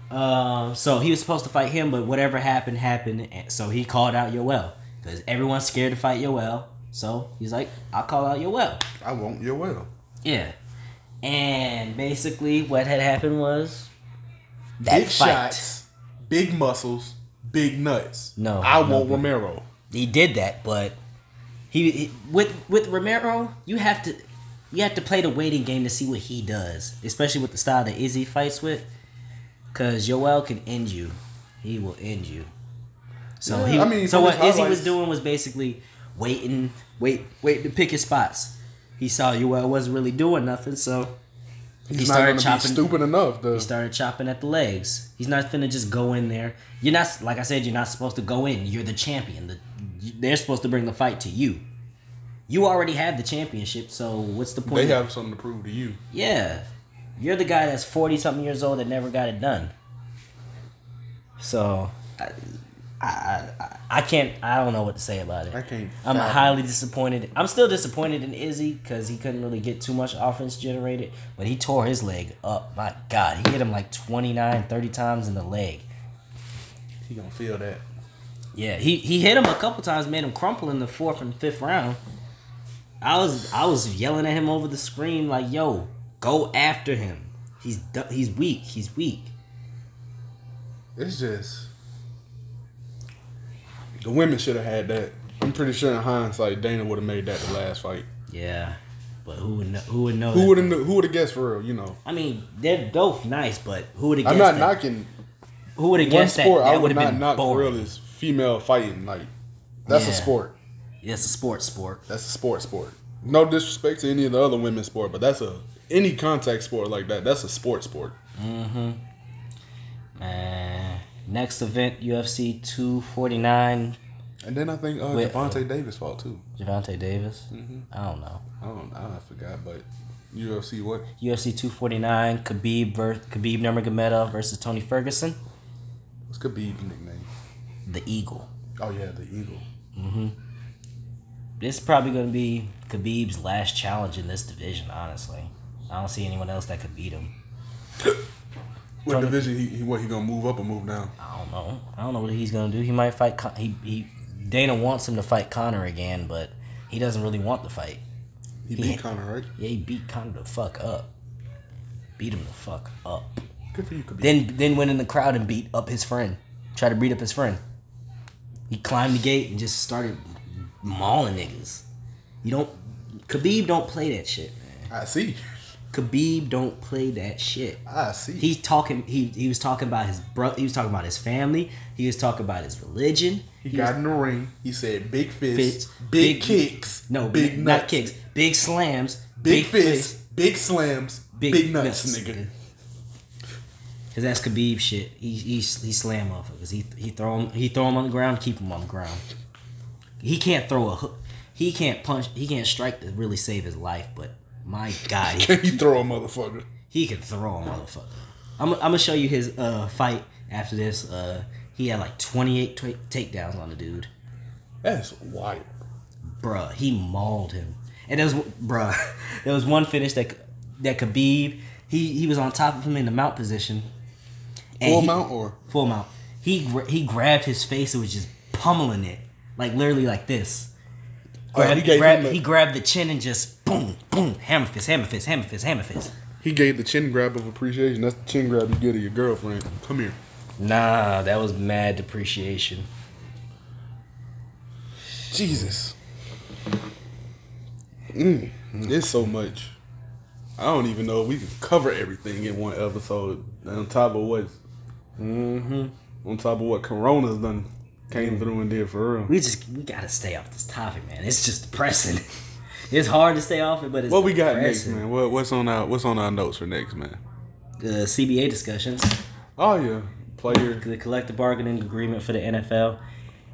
S1: Uh, so he was supposed to fight him, but whatever happened happened. and So he called out Yoel because everyone's scared to fight Yoel. So he's like, "I'll call out Yoel."
S2: I want Yoel.
S1: Yeah. And basically, what had happened was that
S2: big
S1: fight.
S2: shots, big muscles, big nuts.
S1: No,
S2: I
S1: no,
S2: want
S1: big-
S2: Romero.
S1: He did that, but he, he with with Romero, you have to you have to play the waiting game to see what he does, especially with the style that Izzy fights with, because Yoel can end you. He will end you. So
S2: Yeah,
S1: he,
S2: I mean,
S1: so
S2: from
S1: what
S2: his
S1: Izzy was
S2: highlights-
S1: doing was basically waiting, wait, wait to pick his spots. He saw Yoel wasn't really doing nothing, so
S2: He's
S1: He
S2: not
S1: started
S2: gonna
S1: chopping-
S2: be stupid enough. To,
S1: he started chopping at the legs. He's not finna just go in there. You're not like I said. You're not supposed to go in. You're the champion. The, you- they're supposed to bring the fight to you. You already have the championship, so what's the
S2: they
S1: point?
S2: have something to prove to you.
S1: yeah, you're the guy that's forty something years old that never got it done. So, I, I, I, I can't. I don't know what to say about it.
S2: I can't.
S1: I'm
S2: fathom.
S1: highly disappointed. I'm still disappointed in Izzy because he couldn't really get too much offense generated, but he tore his leg up. My God, he hit him like 29, 30 times in the leg.
S2: He gonna feel that.
S1: Yeah, he, he hit him a couple times, made him crumple in the fourth and fifth round. I was I was yelling at him over the screen like, "Yo, go after him. He's du- he's weak. He's weak."
S2: It's just the women should have had that. I'm pretty sure in hindsight, Dana would have made that the last fight.
S1: Yeah, but who would know, who would know?
S2: Who
S1: that?
S2: would have? Who would have guessed for real? You know,
S1: I mean, they're both nice, but who would have guessed?
S2: I'm not
S1: that?
S2: knocking
S1: Who would have
S2: one
S1: guessed that?
S2: sport. I
S1: That
S2: would
S1: would have
S2: not
S1: been
S2: knock for
S1: boring.
S2: real is female fighting. Like that's a
S1: Yeah.
S2: sport.
S1: Yeah, it's a sports sport.
S2: That's a sport sport. No disrespect to any of the other women's sport, but that's a any contact sport like that. That's a sport sport.
S1: Man. Next event, UFC 249,
S2: And then I think uh,
S1: Wait,
S2: Devontae Davis fought too.
S1: Javante Davis.
S2: Mm-hmm.
S1: I don't know.
S2: I don't. I forgot, but UFC what?
S1: UFC 249, Khabib ver- Khabib Nurmagomedov versus Tony Ferguson,
S2: What's Khabib's nickname?
S1: the Eagle.
S2: Oh yeah, the Eagle.
S1: This is probably going to be Khabib's last challenge in this division, honestly. I don't see anyone else that could beat him.
S2: What
S1: Tony-
S2: division? He, he what? He gonna move up or move down?
S1: I don't know. I don't know what he's going to do. He might fight Con- he, he Dana wants him to fight Connor again, but he doesn't really want the fight.
S2: He beat Conor, right?
S1: Yeah, he beat Connor the fuck up. Beat him the fuck up.
S2: Good for you, Khabib.
S1: Then then went in the crowd and beat up his friend. Tried to beat up his friend. He climbed the gate and just started mauling niggas. You don't Khabib don't play that shit, man.
S2: I see.
S1: Khabib don't play that shit.
S2: I see.
S1: He's talking he he was talking about his bro he was talking about his family. He was talking about his religion.
S2: he got in the ring. He said big fists,
S1: Fits,
S2: big, kicks,
S1: No,
S2: big
S1: big
S2: nuts,
S1: not kicks. Big slams.
S2: big, fists, big slams, big, nuts, nigga.
S1: Cause that's Khabib shit. He he he slam motherfuckers. He he throw him he throw him on the ground, keep him on the ground. He can't throw a hook. He can't punch. He can't strike to really save his life. But my god, he,
S2: [LAUGHS] Can you throw a motherfucker?
S1: he can throw a motherfucker. I'm I'm gonna show you his uh fight after this. Uh, he had like 28 t- takedowns on the dude.
S2: That's wild.
S1: bruh, he mauled him. And there was bruh, [LAUGHS] there was one finish that that Khabib he he was on top of him in the mount position. And
S2: Full
S1: he-
S2: mount or
S1: Full mount. He gra- he grabbed his face and was just pummeling it, like literally like this.
S2: Oh,
S1: Grab-
S2: he gave
S1: grab-
S2: him a-
S1: he grabbed the chin and just boom, boom, hammer fist, hammer fist, hammer fist, hammer fist.
S2: He gave the chin grab of appreciation. That's the chin grab you get of your girlfriend. Come here.
S1: Nah, that was mad depreciation.
S2: Jesus. Mm, there's so much. I don't even know if we can cover everything in one episode. On top of what, on top of what Corona's done came through and did for real.
S1: We just we gotta stay off this topic, man. It's just depressing. [LAUGHS] it's hard to stay off it, but it's
S2: What we got next,
S1: depressing.
S2: man? What, what's on our What's on our notes for next, man?
S1: The CBA discussions,
S2: Oh yeah, player.
S1: the collective bargaining agreement for the NFL.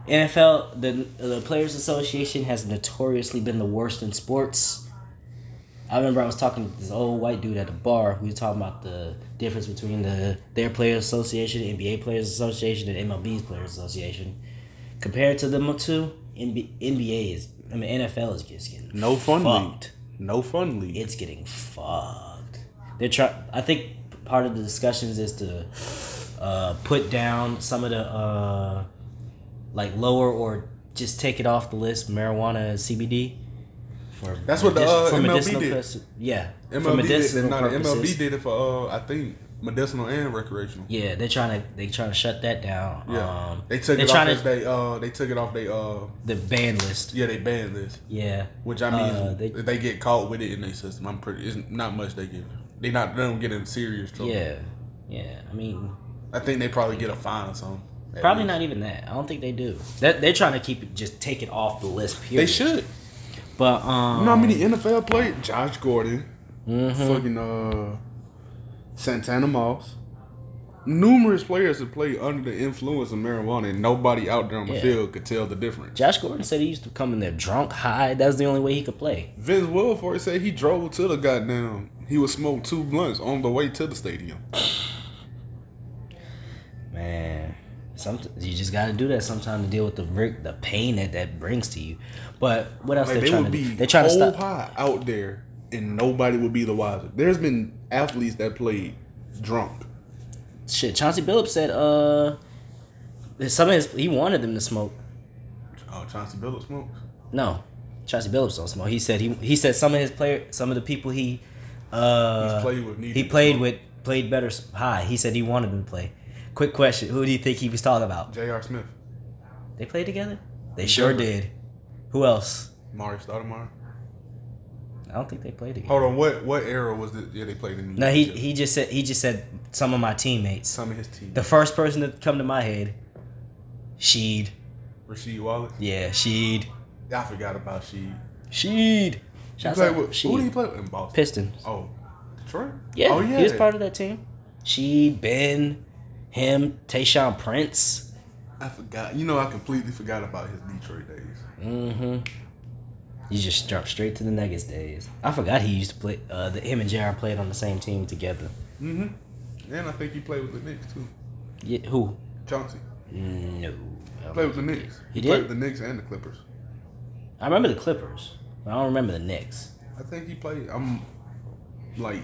S1: NFL, the the Players Association has notoriously been the worst in sports. I remember I was talking to this old white dude at the bar. We were talking about the difference between the their Players Association, NBA Players Association, and MLB's Players Association. Compared to them two, NB NBA is I mean NFL is just getting
S2: No fun
S1: fucked.
S2: league. No fun league.
S1: it's getting fucked. They're try. I think part of the discussions is to uh, put down some of the uh, like lower or just take it off the list marijuana and CBD. For
S2: That's what the, uh, MLB did.
S1: pers- yeah, for
S2: MLB did it.
S1: medicinal
S2: Nah, the
S1: purposes.
S2: MLB did it for uh, I think medicinal and recreational.
S1: Yeah, they're trying to they trying to shut that down.
S2: Yeah,
S1: um,
S2: they took
S1: they're
S2: it off.
S1: trying
S2: as
S1: to
S2: They uh, they took it off. They uh,
S1: the ban list.
S2: yeah, they banned this.
S1: Yeah,
S2: Which I mean,
S1: Uh, they-
S2: if they get caught with it in their system, I'm pretty. It's not much they get. They not. They don't get in serious trouble.
S1: yeah, yeah. I mean,
S2: I think they probably get a fine or something. at
S1: Probably
S2: least.
S1: not even that. I don't think they do. That they're trying to keep it, just take it off the list. Period.
S2: They should.
S1: But um,
S2: You know how many NFL players? Josh Gordon,
S1: mhm.
S2: fucking uh, Santana Moss. Numerous players have played under the influence of marijuana, and nobody out there on the
S1: Yeah.
S2: field could tell the difference.
S1: Josh Gordon said he used to come in there drunk, high. That's the only way he could play.
S2: Vince Wilfork said he drove to the goddamn. He would smoke two blunts on the way to the stadium.
S1: Man, sometimes you just got to do that sometime to deal with the ri- the pain that that brings to you. But what else
S2: Like
S1: they're
S2: they
S1: trying
S2: would
S1: to do?
S2: be
S1: They're trying to
S2: whole
S1: stop.
S2: pie out there, and nobody would be the wiser. There's been athletes that played drunk.
S1: Shit, Chauncey Billups said uh, that some of his he wanted them to smoke.
S2: Oh, Chauncey Billups smokes.
S1: No, Chauncey Billups don't smoke. He said he he said some of his player, some of the people he uh
S2: He's played with needed
S1: he
S2: to
S1: played
S2: smoke.
S1: with played better s- high. He said he wanted them to play. Quick question: Who do you think he was talking about?
S2: J.R. Smith,
S1: They played together. They sure
S2: Denver.
S1: did. Who else?
S2: Mario Stoudemire.
S1: I don't think they played together.
S2: Hold on, what what era was it? Yeah, they played in.
S1: No, he he just said he just said some of my teammates.
S2: Some of his team.
S1: The first person that come to my head, Sheed.
S2: Rasheed Wallace.
S1: Yeah, Sheed.
S2: I forgot about Sheed.
S1: Sheed.
S2: He
S1: Shouts
S2: played
S1: out
S2: with, who did he
S1: Sheed.
S2: play with in Boston?
S1: Pistons.
S2: Oh, Detroit.
S1: Yeah,
S2: Oh yeah.
S1: he was part of that team. She, Ben, him, Tayshawn Prince.
S2: I forgot. You know, I completely forgot about his Detroit days.
S1: Mm-hmm. You just jump straight to the Nuggets days. I forgot he used to play. Uh, that him and Jaron played on the same team together.
S2: Mm-hmm. And I think he played with the Knicks too.
S1: Yeah, who?
S2: Chauncey
S1: No.
S2: played with the Knicks.
S1: He
S2: played
S1: did?
S2: with the Knicks and the Clippers.
S1: I remember the Clippers. But I don't remember the Knicks.
S2: I think he played. I'm like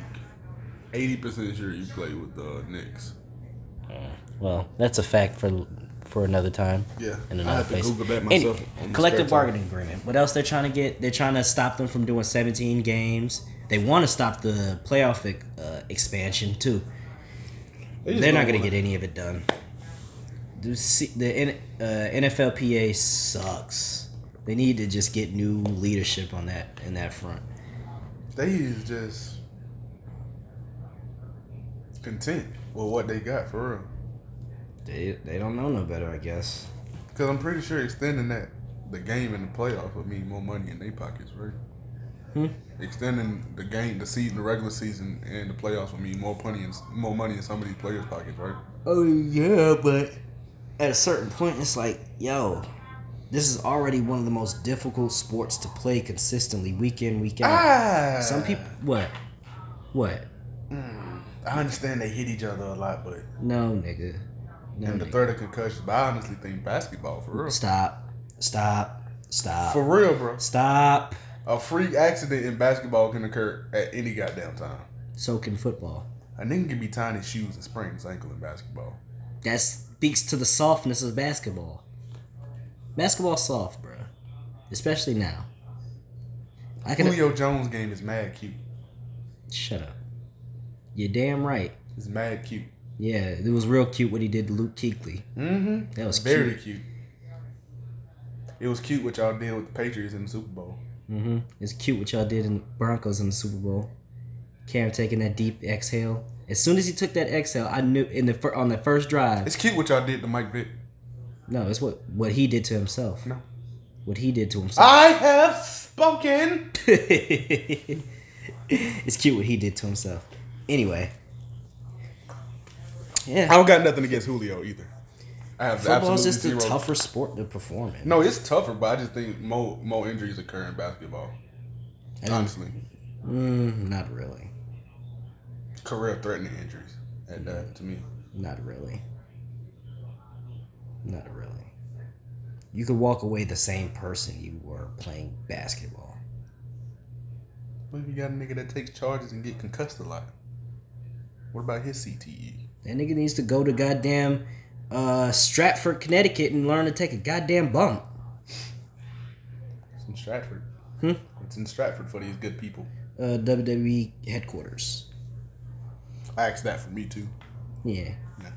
S2: eighty percent sure he played with the Knicks.
S1: Well, that's a fact for for another time.
S2: Yeah,
S1: in
S2: I
S1: another
S2: have to
S1: place.
S2: Google that
S1: Any-
S2: myself. on the spare
S1: collective
S2: time.
S1: bargaining agreement. What else they're trying to get? They're trying to stop them from doing 17 games. They want to stop the playoff uh, expansion too.
S2: They just
S1: They're not going
S2: don't
S1: to
S2: wanna-
S1: get any of it done. The, C- the N, uh, NFLPA sucks. They need to just get new leadership on that in that front.
S2: They is just content with what they got for real.
S1: They, they don't know no better, I guess.
S2: Because I'm pretty sure extending that the game in the playoffs would mean more money in their pockets, right?
S1: Hmm.
S2: Extending the game, the season, the regular season, and the playoffs would mean more money in more money in some of these players' pockets, right?
S1: Oh yeah, but at a certain point, it's like, yo, this is already one of the most difficult sports to play consistently, week in, week out.
S2: Ah,
S1: Some people, what, what?
S2: I understand they hit each other a lot, but
S1: No, nigga, no,
S2: and the
S1: nigga.
S2: threat of concussions. But I honestly think basketball for real,
S1: stop, stop, stop,
S2: for real, bro.
S1: stop.
S2: A freak accident in basketball can occur at any goddamn time.
S1: So can football.
S2: A nigga can be tying his shoes and sprain his ankle in basketball.
S1: That speaks to the softness of basketball. Basketball soft, bro. Especially now. I can
S2: Julio Jones game is mad cute.
S1: shut up. You're damn right.
S2: It's mad cute.
S1: Yeah, it was real cute what he did to Luke Keekley.
S2: Mm-hmm.
S1: That was
S2: very cute. It was cute what y'all did with the Patriots in the Super Bowl.
S1: Mm-hmm. It's cute what y'all did in Broncos in the Super Bowl. Cam taking that deep exhale. As soon as he took that exhale, I knew in the fir- on the first drive.
S2: It's cute what y'all did to Mike Vick.
S1: No, it's what what he did to himself.
S2: No. Ah!
S1: What he did to himself.
S2: I have spoken.
S1: [LAUGHS] it's cute what he did to himself. Anyway.
S2: I
S1: Yeah.
S2: don't got nothing against Julio either. I have
S1: Football's
S2: absolutely
S1: just a
S2: zero.
S1: tougher sport to perform in.
S2: No, it's tougher, but I just think more more injuries occur in basketball.
S1: And-
S2: Honestly,
S1: Mm, not really.
S2: career threatening injuries. At that, to me,
S1: Not really. Not really. You could walk away the same person you were playing basketball.
S2: what if you got a nigga that takes charges and get concussed a lot? What about his E? CTE?
S1: That nigga needs to go to goddamn uh, Stratford, Connecticut and learn to take a goddamn bump.
S2: It's in Stratford.
S1: Hmm?
S2: It's in Stratford for these good people.
S1: Uh, WWE headquarters.
S2: I asked that for me too.
S1: Yeah.
S2: Yeah.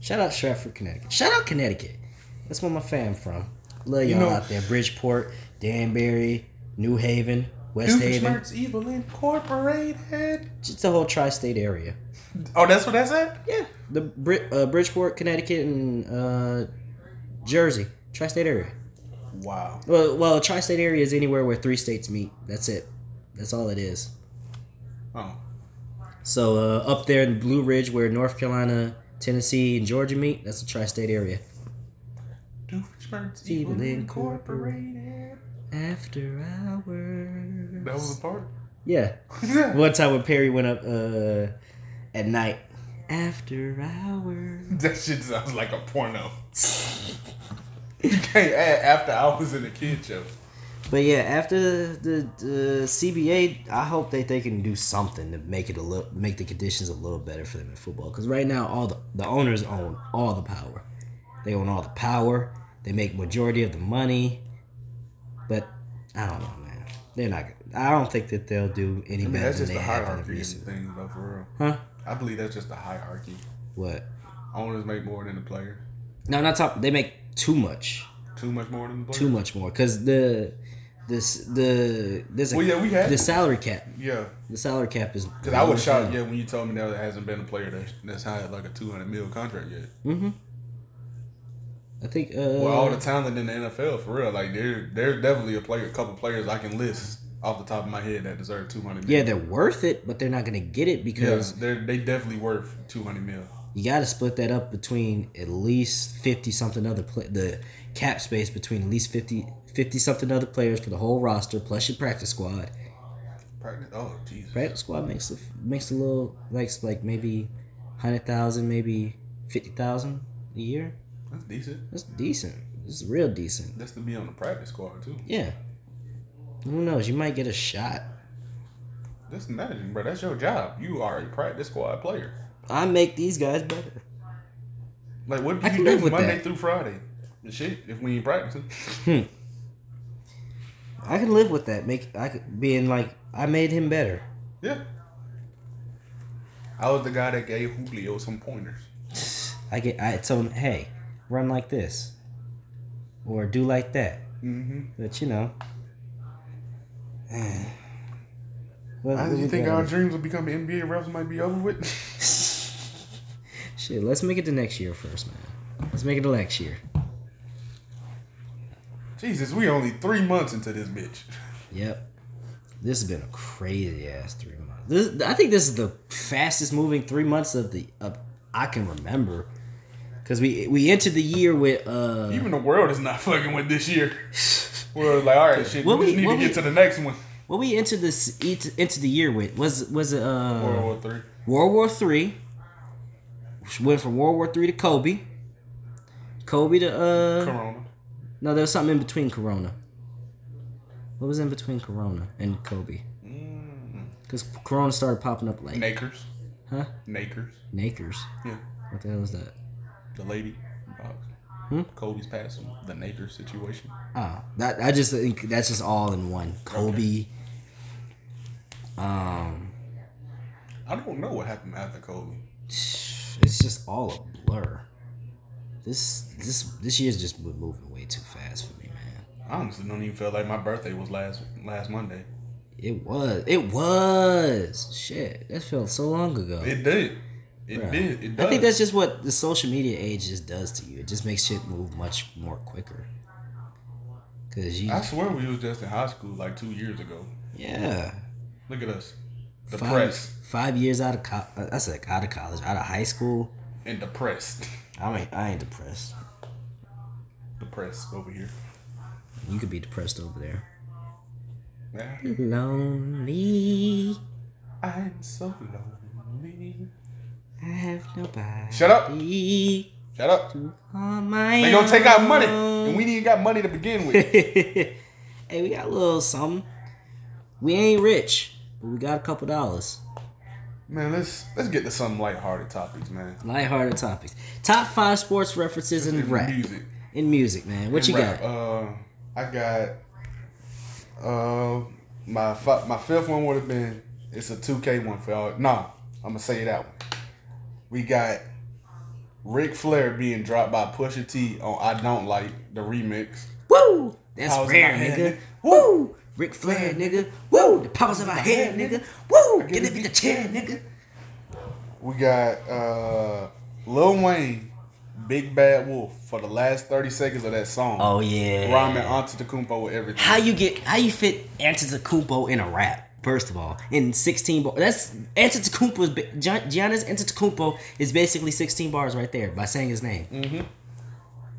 S1: Shout out Stratford, Connecticut. Shout out Connecticut. That's where my fam from. Love y'all
S2: You know-
S1: out there. Bridgeport, Danbury, New Haven, West Haven.
S2: Doofenshmirtz Evil Incorporated.
S1: Just the whole tri-state area.
S2: Oh, that's what that's at?
S1: Yeah, the Brit, uh, Bridgeport, Connecticut, and uh, Jersey, tri-state area.
S2: Wow.
S1: Well, well, tri-state area is anywhere where three states meet. That's it. That's all it is.
S2: Oh.
S1: So uh, up there in Blue Ridge, where North Carolina, Tennessee, and Georgia meet, that's a tri-state area.
S2: Doofenshmirtz
S1: Evil
S2: Evil
S1: Incorporated.
S2: Incorporated.
S1: After hours.
S2: That was
S1: [LAUGHS]
S2: the part?
S1: yeah.
S2: yeah.
S1: One time when Perry went up uh, at night. After hours.
S2: That shit sounds like a porno. [LAUGHS] you can't add after hours in a kid show.
S1: But yeah, after the, the, the CBA, I hope that they can do something to make it a little, make the conditions a little better for them in football. Because right now, all the the owners own all the power. They own all the power. They make majority of the money. But I don't know, man. They're not. I don't think that they'll do any
S2: I mean,
S1: better
S2: that's
S1: than
S2: just
S1: they
S2: the
S1: have in the
S2: hierarchy
S1: recent.
S2: and things, though, for real.
S1: Huh?
S2: I believe that's just the hierarchy.
S1: What?
S2: Owners make more than the player.
S1: No, not top. They make too much.
S2: Too much more than the player.
S1: Too much more. Cause the this the there's a
S2: Well, yeah, we had.
S1: the salary cap.
S2: yeah.
S1: The salary cap is.
S2: Because I was shocked, yeah, when you told me that there hasn't been a player that's, that's had like a 200 mil contract yet.
S1: Mm-hmm. I think. Uh,
S2: Well, all the talent in the NFL for real. Like there, there's definitely a player, a couple players I can list off the top of my head that deserve two hundred.
S1: yeah, they're worth it, but they're not gonna get it
S2: yeah,
S1: because
S2: they're they definitely worth two hundred mil.
S1: you got to split that up between at least fifty something other play the cap space between at least 50, 50 something other players for the whole roster plus your practice squad.
S2: Practice. Oh, Jesus.
S1: Practice squad makes a makes a little makes like maybe hundred thousand, maybe fifty thousand a year.
S2: That's decent.
S1: That's decent. It's real decent.
S2: That's to be on the practice squad too.
S1: Yeah. Who knows? You might get a shot.
S2: Just imagine, bro. That's your job. You are a practice squad player.
S1: I make these guys better.
S2: Like what
S1: I
S2: do
S1: can
S2: you
S1: live
S2: do
S1: with
S2: Monday
S1: that.
S2: through Friday? The Shit, if we ain't practicing.
S1: I can live with that. Make I could, being like I made him better.
S2: Yeah. I was the guy that gave Julio some pointers.
S1: I get I tell him, hey, run like this, or do like that.
S2: Mm-hmm.
S1: But you know, what,
S2: How
S1: what
S2: do you
S1: we
S2: think
S1: got?
S2: our dreams of becoming NBA refs might be over with? [LAUGHS]
S1: Shit, let's make it to next year first, man. Let's make it to next year.
S2: Jesus, we only three months into this bitch.
S1: Yep. This has been a crazy ass three months. This, I think this is the fastest moving three months of the of I can remember, because we we entered the year with uh
S2: Even the world is not [LAUGHS] fucking with this year. We're like, all right, shit,
S1: What
S2: we,
S1: we-
S2: just need
S1: what
S2: to get
S1: we-
S2: to the next one.
S1: what we entered this eat- into the year with was was it uh
S2: World War Three.
S1: World War Three. Went from World War Three to Kobe. Kobe to uh
S2: Corona.
S1: no, there was something in between Corona. What was in between Corona and Kobe? Because Corona started popping up like
S2: Nakers.
S1: huh
S2: Nakers.
S1: Nakers.
S2: Yeah.
S1: What the hell is that?
S2: The lady. Fox.
S1: Hmm?
S2: Kobe's passing, the Nakers situation.
S1: Oh, that I just think that's just all in one. Kobe. Um,
S2: I don't know what happened after Kobe.
S1: it's just all a blur. This this this year's just been moving way too fast for me, man.
S2: I honestly don't even feel like my birthday was last last Monday.
S1: It was it was shit. That felt so long ago.
S2: It did. It
S1: Bruh.
S2: did. It does.
S1: I think that's just what the social media age just does to you. It just makes shit move much more quicker. Cause you,
S2: I swear we was just in high school like two years ago.
S1: yeah,
S2: Look at us.
S1: five,
S2: Depressed
S1: five years out of co- I said out of college, out of high school.
S2: and depressed. [LAUGHS]
S1: I ain't, I ain't depressed.
S2: depressed over here.
S1: You could be depressed over there.
S2: Yeah.
S1: Lonely,
S2: I'm so lonely.
S1: I have nobody.
S2: Shut up.
S1: On
S2: Shut up.
S1: my
S2: They gonna take our money,
S1: own. [LAUGHS]
S2: and we ain't got money to begin with.
S1: hey, we got a little something. We ain't rich, but we got a couple dollars.
S2: Man, let's let's get to some lighthearted topics, man.
S1: Lighthearted topics. Top five sports references in rap.
S2: Music.
S1: In music, man. What you
S2: rap.
S1: got?
S2: Uh, I got. Uh, my fi- my fifth one would have been. It's a two K one for y'all. Nah, I'm gonna say that one. We got Ric Flair being dropped by Pusha T on "I Don't Like" the remix.
S1: Woo! That's
S2: Powers in
S1: rare,
S2: my head,
S1: nigga.
S2: nigga.
S1: Woo! Ric Flair, nigga. Woo! The powers in my head, nigga. Woo! Get up in the chair, nigga.
S2: We got uh Lil Wayne, Big Bad Wolf for the last thirty seconds of that song.
S1: Oh yeah.
S2: Rhyming Antetokounmpo with everything.
S1: How you get? How you fit Antetokounmpo in a rap? First of all, in 16 bars. That's Antetokounmpo's. ba- Gian- Giannis Antetokounmpo is basically 16 bars right there by saying his name.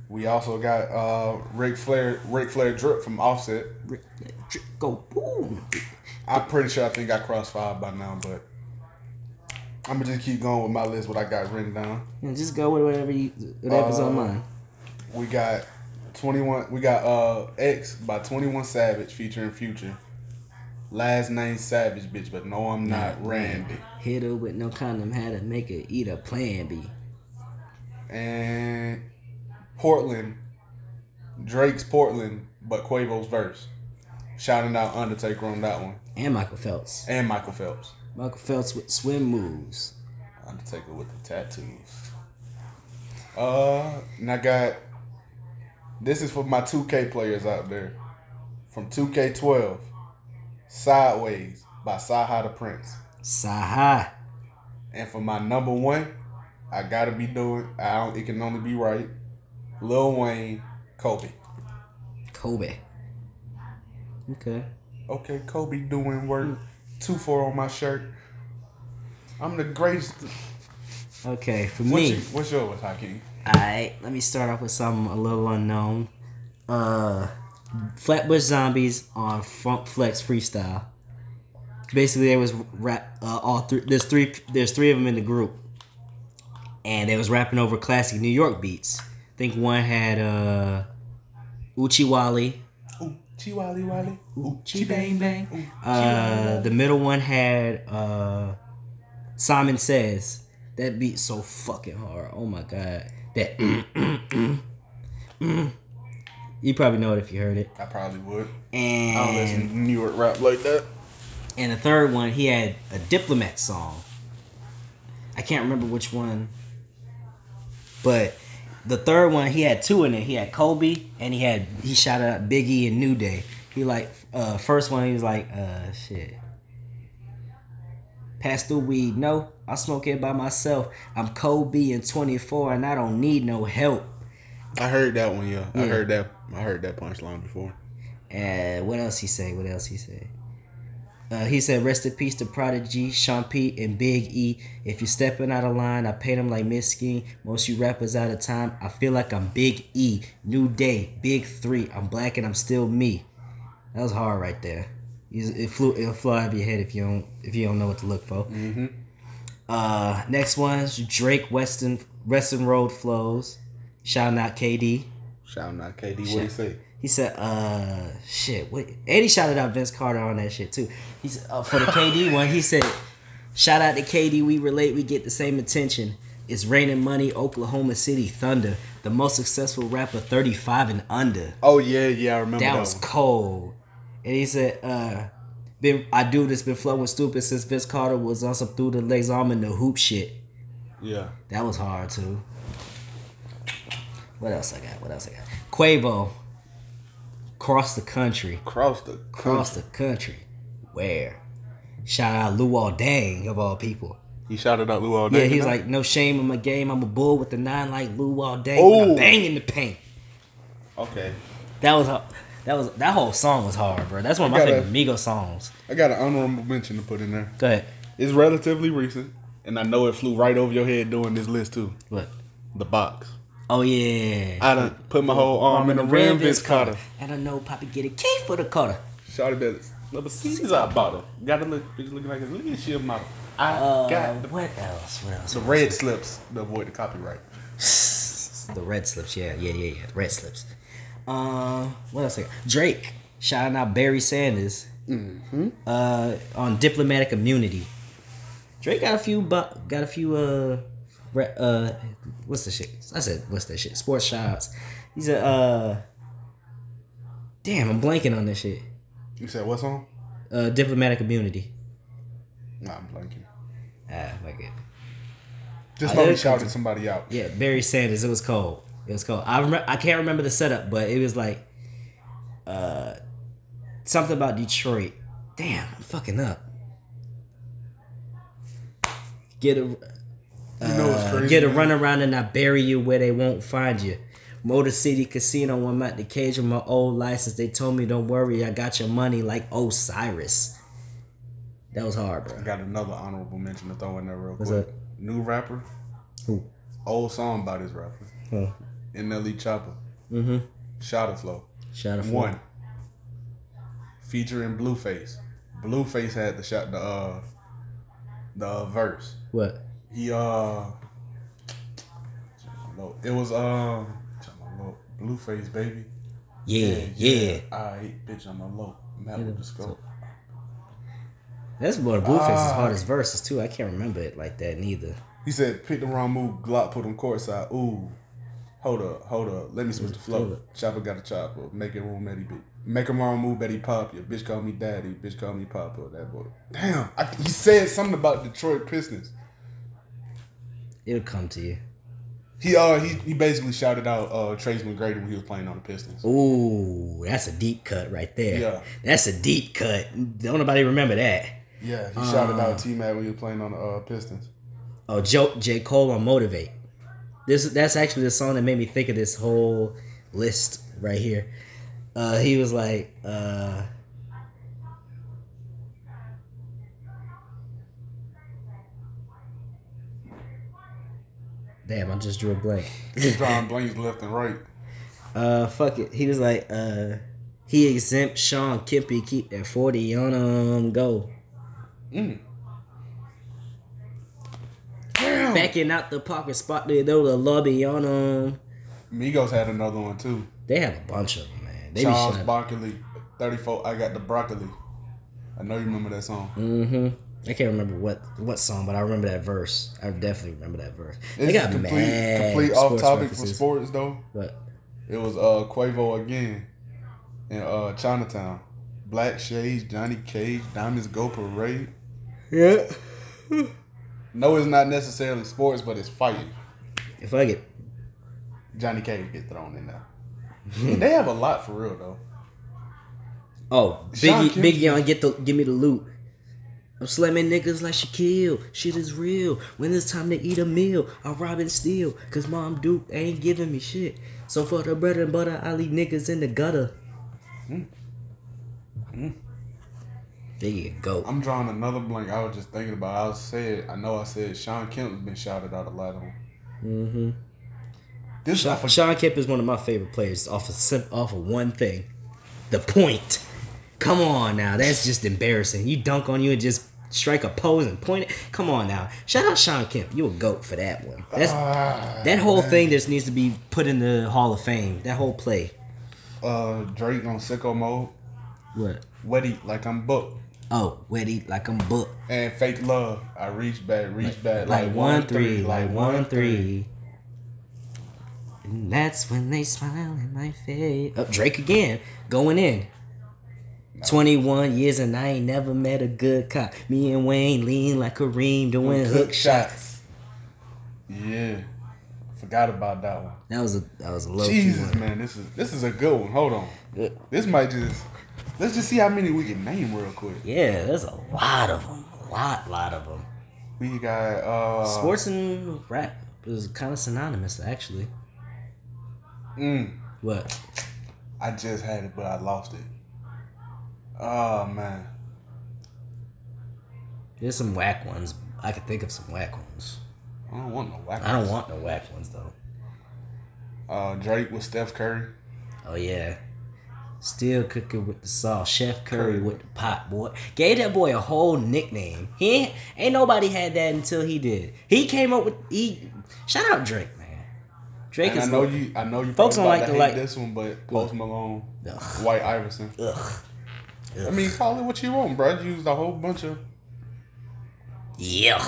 S2: We also got uh Ric Flair, Ric Flair drip from Offset.
S1: Ric Flair, drip, Go. Woo!
S2: I'm pretty sure I think I crossed five by now, but I'm gonna just keep going with my list. What I got written down.
S1: And just go with whatever you, whatever's on
S2: Uh,
S1: mine.
S2: We got 21. We got uh X by 21 Savage featuring Future. Last name Savage, bitch, but no, I'm
S1: Mm,
S2: not Randy.
S1: Hit her with no condom, had to make her eat a plan B.
S2: And Portland, Drake's Portland, but Quavo's verse. Shouting out Undertaker on that one,
S1: And Michael Phelps.
S2: and Michael Phelps.
S1: Michael Phelps with swim moves.
S2: Undertaker with the tattoos. Uh, and I got. This is for my 2K players out there. From 2K12, Sideways by Saha the Prince.
S1: Saha.
S2: And for my number one, I gotta be doing. I don't. It can only be right. Lil Wayne, Kobe.
S1: Kobe. Okay.
S2: Okay, Kobe doing work. Two four on my shirt. I'm the greatest.
S1: Okay, for
S2: What's,
S1: me.
S2: your, what's yours, Hakeem?
S1: Alright, let me start off with something a little unknown. Uh Flatbush Zombies on Funk Flex Freestyle. Basically, there was rap. Uh, all three. There's three. There's three of them in the group, and they was rapping over classic New York beats. I think one had uh, Uchi Wally.
S2: Ooh, chi wally wally. Ooh,
S1: Chi bang bang.
S2: Ooh,
S1: Uh, the middle one had uh, Simon Says. That beat so fucking hard. Oh my god. That. Mm, mm, mm, mm. You probably know it if you heard it.
S2: I probably would. I don't listen
S1: And
S2: to New York rap like that.
S1: and the third one he had a diplomat song. I can't remember which one, but the third one he had two in it. He had Kobe and he had he shot out Biggie and New Day. He like uh first one he was like uh shit. Pass the weed, no. I smoke it by myself. I'm Kobe and 24 and I don't need no help.
S2: I heard that one, yeah. I
S1: Yeah.
S2: heard that. I heard that punchline before.
S1: Uh, what else he say? What else he say? Uh, he said, "Rest in peace to Prodigy, Sean P, and Big E. If you're stepping out of line, I paint them like Miskin. Most you rappers out of time. I feel like I'm Big E, New Day, Big Three. I'm black and I'm still me. That was hard right there. You- It flew. It'll fly out of your head if you don't if you don't know what to look for. Uh, next one's Drake Weston Western Road flows. Shout out KD.
S2: Shout out KD. What he say?
S1: He said, uh, shit, what? And he shouted out Vince Carter on that shit too. He said, uh, for the KD one, he said, shout out to KD, we relate, we get the same attention. It's raining money. Oklahoma City Thunder, the most successful rapper, thirty-five and under.
S3: Oh yeah, yeah, I remember that,
S1: That was
S3: one.
S1: cold. And he said, uh, been I do this been flowing stupid since Vince Carter was on some through the legs arm in the hoop shit.
S2: Yeah.
S1: That was hard too. What else I got? What else I got? Quavo. Cross the country.
S2: Cross the
S1: Cross the country. Where? Shout out Luol Dang of all people.
S2: He shouted out Lou all
S1: Yeah,
S2: day.
S1: he's like, no shame in my game. I'm a bull with the nine like Luol Dang.
S2: Oh.
S1: Oh. Bang in the paint.
S2: okay.
S1: That was a- that was that whole song was hard, bro. That's one of my
S2: You gotta-
S1: favorite Migos songs.
S2: I got an honorable mention to put in there.
S1: Go ahead.
S2: It's relatively recent, and I know it flew right over your head doing this list too.
S1: What?
S2: The box.
S1: Oh yeah.
S2: I done put my whole arm, in the rim, Vince Carter.
S1: And I know Poppy get a key for the Carter.
S2: Shouted that number six I bought her. Got to look, bitch, looking like a look at your model. I
S1: Uh,
S2: got the,
S1: what else? What else?
S2: the red slips to avoid the copyright.
S1: The red slips. Yeah, yeah, yeah, yeah. The red slips. Uh, what else? I got? Drake shouting out Barry Sanders. Uh, on diplomatic immunity. Drake got a few, bu- got a few. Uh, re- uh, what's the shit? I said, what's that shit? Sports shoutouts. He's a. Uh, damn, I'm blanking on this shit.
S2: You said what's on?
S1: Uh, diplomatic immunity.
S2: Nah, I'm blanking.
S1: Ah, fuck it.
S2: Just
S1: I
S2: know he
S1: did-
S2: shouted somebody out.
S1: Yeah, Barry Sanders. It was cold. It was cold. I remember. I can't remember the setup, but it was like, uh, something about Detroit. Damn, I'm fucking up. Get a
S2: You know what's
S1: uh,
S2: crazy?
S1: get a
S2: man?
S1: run around and I bury you where they won't find you. Motor City Casino. When I'm at the cage with my old license, they told me don't worry, I got your money like Osiris. That was hard, bro.
S2: Got another honorable mention to throw in there real
S1: What's
S2: quick.
S1: that?
S2: New rapper.
S1: Who?
S2: Old song by this rapper.
S1: Huh.
S2: NLE Chopper.
S1: Mm-hmm.
S2: Shout Flow.
S1: Shout out
S2: One. Featuring Blueface. Blueface had the shot the uh the uh, verse.
S1: What?
S2: He uh no, it was uh I'm a low. Blueface baby.
S1: Yeah, yeah.
S2: Alright, bitch, I'm a low. Matt with the scope.
S1: That's one of Blueface's
S2: Ah.
S1: hardest verses too. I can't remember it like that neither.
S2: He said, pick the wrong move, Glock put him courtside. Ooh. Hold up, hold up. Let me switch the
S1: Hold
S2: flow.
S1: up.
S2: Chopper got a chopper. Make it wrong, Betty B. Make him wrong move, Betty Pop. Your bitch call me daddy. Bitch call me Papa. That boy. Damn. I, he said something about Detroit Pistons.
S1: It'll come to you.
S2: He uh he, he basically shouted out uh Trace McGrady when he was playing on the Pistons.
S1: Ooh, that's a deep cut right there.
S2: Yeah.
S1: That's a deep cut. Don't nobody remember that.
S2: Yeah, he shouted
S1: Uh.
S2: out T Mac when he was playing on the uh,
S1: [LAUGHS]
S2: Pistons.
S1: Oh, Joe, J. Cole on Motivate. This that's actually the song that made me think of this whole list right here. Uh, he was like, uh, Damn, I just drew a blank.
S2: He's drawing blanks left and right.
S1: uh fuck it. He was like, uh he exempt Sean Kippy, keep that 40 on um go.
S2: Mm. Damn.
S1: Backing out the pocket spot there though the lobby on um
S2: Migos had another one too.
S1: they have a bunch of them, man. They be
S2: Charles
S1: shut
S2: Barkley, 34. I got the broccoli. I know you remember that song.
S1: Mm-hmm. I can't remember what what song, but I remember that verse. I definitely remember that verse.
S2: It's
S1: they got
S2: complete,
S1: mad
S2: complete off
S1: sports
S2: topic for
S1: references,
S2: sports though.
S1: But
S2: It was uh Quavo again in uh Chinatown. Black Shades, Johnny Cage, Diamonds Go Parade.
S1: yeah,
S2: No, it's not necessarily sports, but it's fighting.
S1: if I get
S2: Johnny Cage get thrown in
S1: [LAUGHS]
S2: there. And they have a lot for real though.
S1: oh
S2: Sean
S1: Biggie
S2: Kim-
S1: Biggie on get the give me the loot. I'm slamming niggas like Shaquille. Shit is real. When it's time to eat a meal, I rob and steal. Cause mom Duke ain't giving me shit. So for the bread and butter, I leave niggas in the gutter. Biggie, go.
S2: I'm drawing another blank. I was just thinking about. I was said. I know I said Sean Kemp's been shouted out a lot on.
S1: Mm-hmm.
S2: This I
S1: Sean,
S2: forgot.
S1: Sean Kemp is one of my favorite players off of sim- off of one thing, the point. Come on now, that's just embarrassing. You dunk on you and just strike a pose and point it. Come on now, shout out Sean Kemp. You a goat for that one. That's
S2: Oh, Ah.
S1: that whole thing just needs to be put in the Hall of Fame. That whole play.
S2: Uh, Drake on sicko mode.
S1: What?
S2: Wetty like I'm booked.
S1: Oh, wetty like I'm booked.
S2: And fake love. I reach back, reach back.
S1: Like, one three, like one three. And that's when they smile in my face. Oh, Drake again, going in. 21 years and I ain't never met a good cop. Me and Wayne lean like Kareem doing hook
S2: Hook
S1: shot.
S2: shots. Yeah. Forgot about that one.
S1: That was a that was a low key
S2: Jesus,
S1: one.
S2: man, this is this is a good one. Hold on.
S1: Yeah.
S2: This might just let's just see how many we can name real quick.
S1: Yeah, there's a lot of them. A lot, lot of them.
S2: We got uh
S1: Sports and rap is kind of synonymous actually.
S2: mm,
S1: What?
S2: I just had it, but I lost it. Oh man.
S1: There's some whack ones. I could think of some whack ones.
S2: I don't want no whack.
S1: I don't want no whack ones though.
S2: uh Drake with Steph Curry.
S1: Oh yeah. Still cooking with the sauce. Chef Curry with the pot, boy. Gave that boy a whole nickname. He ain't, ain't nobody had that until he did. He came up with he shout out Drake, man. Drake
S2: And I
S1: is
S2: know you I know you
S1: Folks
S2: folks
S1: don't
S2: don't
S1: like
S2: to
S1: to
S2: hate
S1: like-
S2: this one, but Post Malone,
S1: Ugh.
S2: White Iverson.
S1: Ugh.
S2: I mean call it what you want, bro. I used a whole bunch of
S1: Yeah.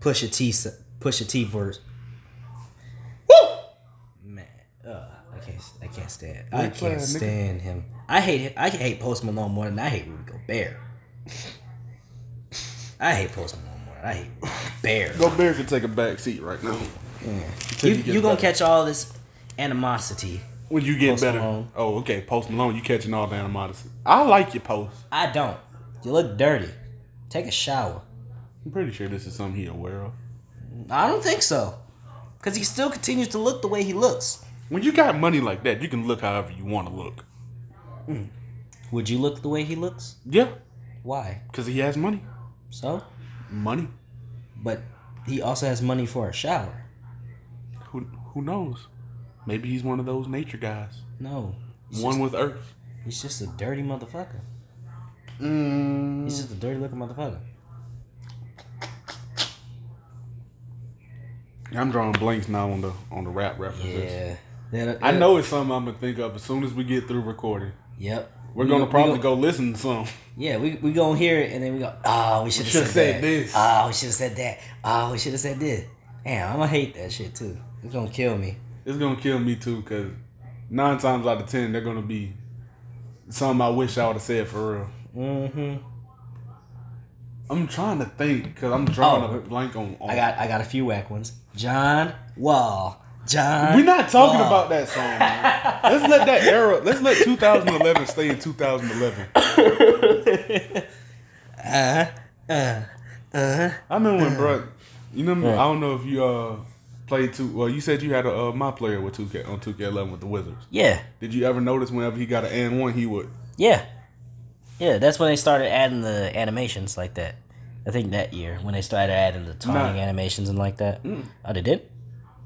S1: Push a T s- push a T verse.
S2: Woo!
S1: Man. Ugh. I can't I can't stand I
S2: Ric Flair,
S1: can't
S2: nigga.
S1: stand him. I hate him. I hate Post Malone more than I hate Rudy Gobert. I hate Post Malone more. than I hate Rudy Gobert.
S4: Go Bear can take a back seat right now. Till
S1: You
S4: you get
S1: you gonna
S4: better.
S1: catch all this animosity.
S2: When you get
S1: Post
S2: better.
S1: Malone.
S2: Oh, okay. Post Malone, you catching all the animosity. I like your post.
S1: I don't. You look dirty. Take a shower.
S2: I'm pretty sure this is something he aware of.
S1: I don't think so, cause he still continues to look the way he looks.
S2: When you got money like that, you can look however you want to look.
S1: Would you look the way he looks?
S2: Yeah,
S1: Why?
S2: because he has money.
S1: So,
S2: Money.
S1: but he also has money for a shower.
S2: Who who knows? Maybe he's one of those nature guys.
S1: No, he's,
S2: one
S1: just,
S2: with earth.
S1: he's just a dirty motherfucker.
S4: Mm,
S1: He's just a dirty looking motherfucker.
S2: I'm drawing blanks now on the on the rap references.
S1: Yeah. That-
S2: I
S1: that-
S2: know it's something I'm gonna think of as soon as we get through recording.
S1: Yep.
S2: We're
S1: We
S2: gonna
S1: we
S2: probably go listen to some.
S1: Yeah, we we gonna hear it and then we go. Ah, we should have said,
S2: shoulda said
S1: that.
S2: this.
S1: Ah, we should have said that. Ah, we should have said this. Damn, I'm gonna hate that shit too. It's gonna kill me.
S2: It's gonna kill me too, cause nine times out of ten they're gonna be something I wish I would have said for real.
S1: Mm-hmm.
S2: I'm trying to think, cause I'm drawing
S1: Oh,
S2: a blank on. on
S1: I got I got a few whack ones. John Wall. John.
S2: We're not talking
S1: Wall.
S2: about that song. Man. Let's let that era. Let's let 2011 stay
S1: [LAUGHS]
S2: in 2011. Uh, uh,
S1: Uh-huh.
S2: uh. I remember when, bro. You know, I don't know if you uh played two. Well, you said you had a uh, my player with 2K on 2K11 with the Wizards.
S1: Yeah,
S2: Did you ever notice whenever he got an and one, he would
S1: yeah, yeah. That's when they started adding the animations like that. I think that year when they started adding the taunting
S2: Nah. Mm.
S1: animations and like that. Oh, they did.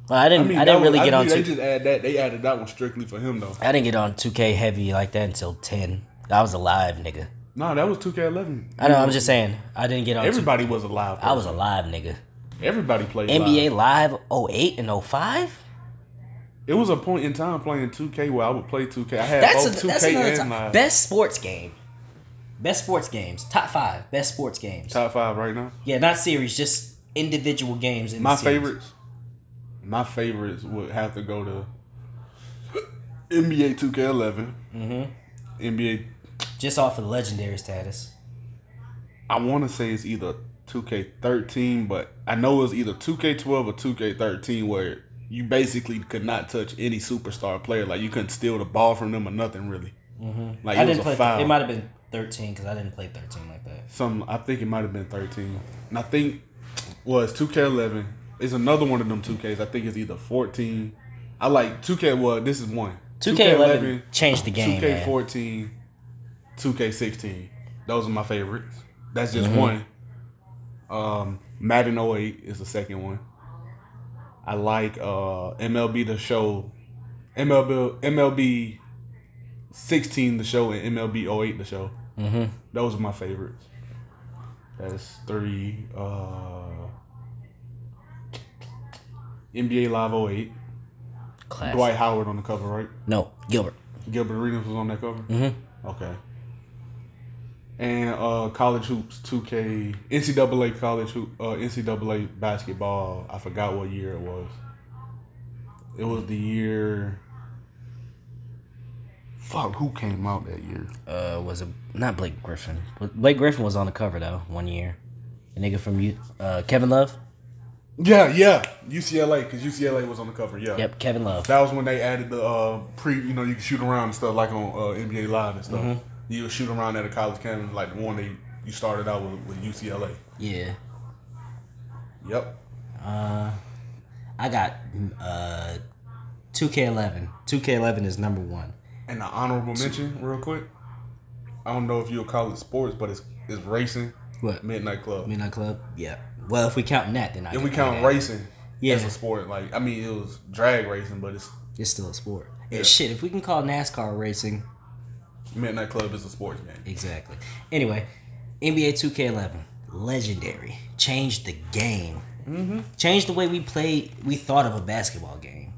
S1: Well, I didn't. I,
S2: that
S1: didn't
S2: was-
S1: really get on.
S2: believe
S1: Two,
S2: They just add that. They added that one strictly for him though.
S1: I didn't get on 2K heavy like that until 10. I was alive, nigga.
S2: No, that was 2K11.
S1: I know. I'm just saying. I didn't get on. 2K.
S2: Everybody was alive.
S1: I was alive, nigga.
S2: Everybody played live. Oh,
S1: NBA Live 08 and 05?
S2: It was a point in time playing 2K where I would play 2K. I had
S1: That's,
S2: both
S1: a,
S2: 2K
S1: that's another
S2: and
S1: time.
S2: live.
S1: Best sports game. Best sports games. Top five. Best sports games.
S2: Top five right now.
S1: Yeah, not series, just individual games. In the
S2: My
S1: series.
S2: favorites. My favorites would have to go to NBA 2K11. Mm-hmm. NBA.
S1: Just off of legendary status.
S2: I want to say it's either 2K13, but I know it's either 2K12 or 2K13 where you basically could not touch any superstar player. Like you couldn't steal the ball from them or nothing really. Mm-hmm. Like it
S1: I didn't
S2: was
S1: play.
S2: a foul.
S1: It might have been 13 because I didn't play 13 like that.
S2: some I think it might have been 13. And I think was 2K11. It's another one of them 2Ks. I think it's either 14. I like 2K well, this is one.
S1: 2K11 changed the game. man.
S2: 2K14, 2K16. Those are my favorites. That's
S1: Mm-hmm.
S2: just one. Um Madden 08 is the second one. I like uh MLB the show MLB MLB 16 the show and MLB 08 the show.
S1: Mhm.
S2: Those are my favorites. That's three. Uh, NBA Live 08.
S1: Class.
S2: Dwight Howard on the cover, right?
S1: No, Gilbert.
S2: Gilbert Arenas was on that cover?
S1: Mhm.
S2: Okay. and uh, college hoops 2K NCAA college hoop uh, NCAA basketball. I forgot what year it was. It was the year. Fuck, who came out that year?
S1: Uh, was it not Blake Griffin? Blake Griffin was on the cover though one year. A nigga from U- uh, Kevin Love.
S2: Yeah, yeah, UCLA because UCLA was on the cover. Yeah,
S1: Yep, Kevin Love.
S2: that was when they added the uh, pre. You know, you can shoot around and stuff like on uh, NBA Live and stuff. You would shoot around at a college campus like the one they you started out with, with UCLA.
S1: Yeah.
S2: Yep.
S1: Uh, I got uh, 2K11. 2K11 is number one.
S2: And the honorable mention, real quick. I don't know if you'll call it sports, but it's it's racing.
S1: What?
S2: Midnight Club.
S1: Midnight Club. Yeah. Well, if we count that, then I.
S2: If
S1: can
S2: we count
S1: that.
S2: racing
S1: Yeah.
S2: as a sport, like I mean, it was drag racing, but it's
S1: It's still a sport. Yeah, Shit, if we can call NASCAR racing,
S2: Midnight Club is a sports game.
S1: exactly. Anyway, NBA 2K11, legendary. Changed the game. Mm-hmm. Changed the way we played. We thought of a basketball game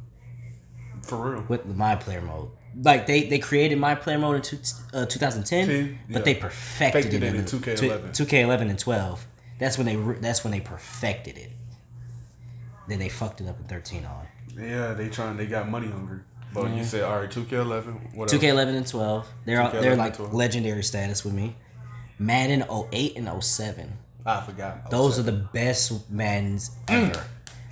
S2: For real.
S1: with the my player mode. Like they, they created my player mode in two, uh, 2010,
S2: Ten,
S1: but
S2: yeah.
S1: they perfected
S2: Perfected
S1: it
S2: it in
S1: in
S2: 2K11.
S1: 2K11 and 12. That's when they re- that's when they perfected it. Then they fucked it up in 13 on.
S2: Oh. Yeah, they trying. They got money hungry. But you said all right, two K eleven. What
S1: Mm-hmm. Two
S2: else?
S1: K eleven and twelve. They're all,
S2: 2K11
S1: they're
S2: and
S1: like
S2: 12.
S1: legendary status with me. Madden 08 and 07.
S2: I forgot.
S1: Those are the best Maddens ever.
S2: Hmm. It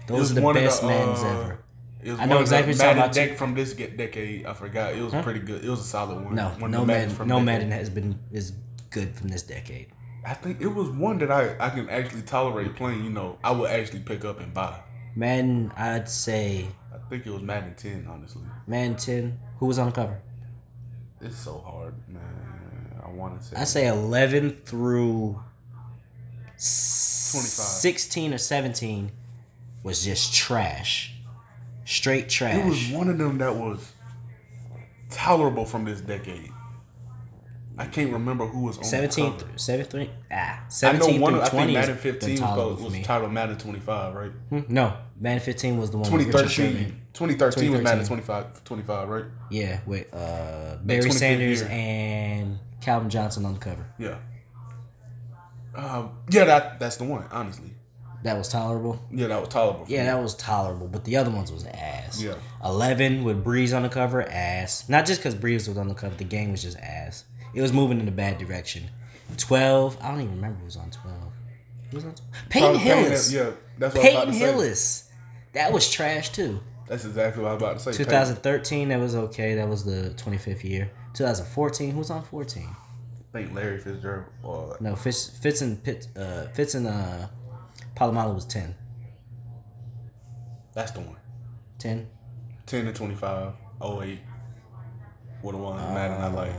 S1: Those
S2: was
S1: are the
S2: one of
S1: best Maddens
S2: uh,
S1: ever.
S2: It was
S1: I
S2: one
S1: know
S2: of
S1: exactly
S2: the
S1: what you're talking
S2: Madden
S1: about, too.
S2: deck from this ge- decade. I forgot. It was pretty good. It was a solid one.
S1: No,
S2: One of
S1: no
S2: the Maddens
S1: Madden,
S2: from
S1: no
S2: that
S1: Madden
S2: decade.
S1: has been is good from this decade.
S2: I think it was one that I I can actually tolerate playing. You know, I would actually pick up and buy.
S1: Madden, I'd say
S2: I think it was Madden ten. Honestly,
S1: Madden ten. Who was on the cover?
S2: it's so hard, man. I want to say.
S1: I say eleven through sixteen or seventeen was just trash, straight trash.
S2: It was one of them that was tolerable from this decade. I can't remember who was on
S1: 17
S2: the cover.
S1: through 17 ah
S2: I
S1: 17
S2: know one.
S1: through
S2: I think
S1: 20
S2: Madden
S1: is been
S2: 15 was,
S1: tolerable
S2: called,
S1: for
S2: was
S1: me.
S2: titled Madden 25, right?
S1: Hmm? no Madden 15 was the one with Richard
S2: 2013,
S1: Sherman
S2: 2013 was Madden
S1: 2013.
S2: 25, 25, right?
S1: yeah with uh Barry
S2: 25th
S1: Sanders
S2: year.
S1: and Calvin Johnson on the cover
S2: Yeah. Uh, yeah, that that's the one. Honestly,
S1: that was tolerable
S2: yeah, that was tolerable. for
S1: yeah
S2: me.
S1: that was tolerable but the other ones was ass
S2: Yeah.
S1: 11 with Breeze on the cover ass not just because Breeze was on the cover the game was just ass it was moving in a bad direction 12 I don't even remember who was on 12 who was on 12? Peyton
S2: Probably Peyton
S1: Hillis
S2: Yeah, that's what
S1: Peyton
S2: I was about to say.
S1: Hillis that was trash too
S2: That's exactly what I was about to say. Peyton.
S1: 2013, that was okay. That was the 25th year. 2014, who's on 14?
S2: I think Larry Fitzgerald. uh, Or,
S1: No, Fitz, Fitz and Pitt, uh, Fitz and uh, Palomalo was 10.
S2: that's the one.
S1: 10.
S2: 10 to oh 25, 08. What the one Madden I like.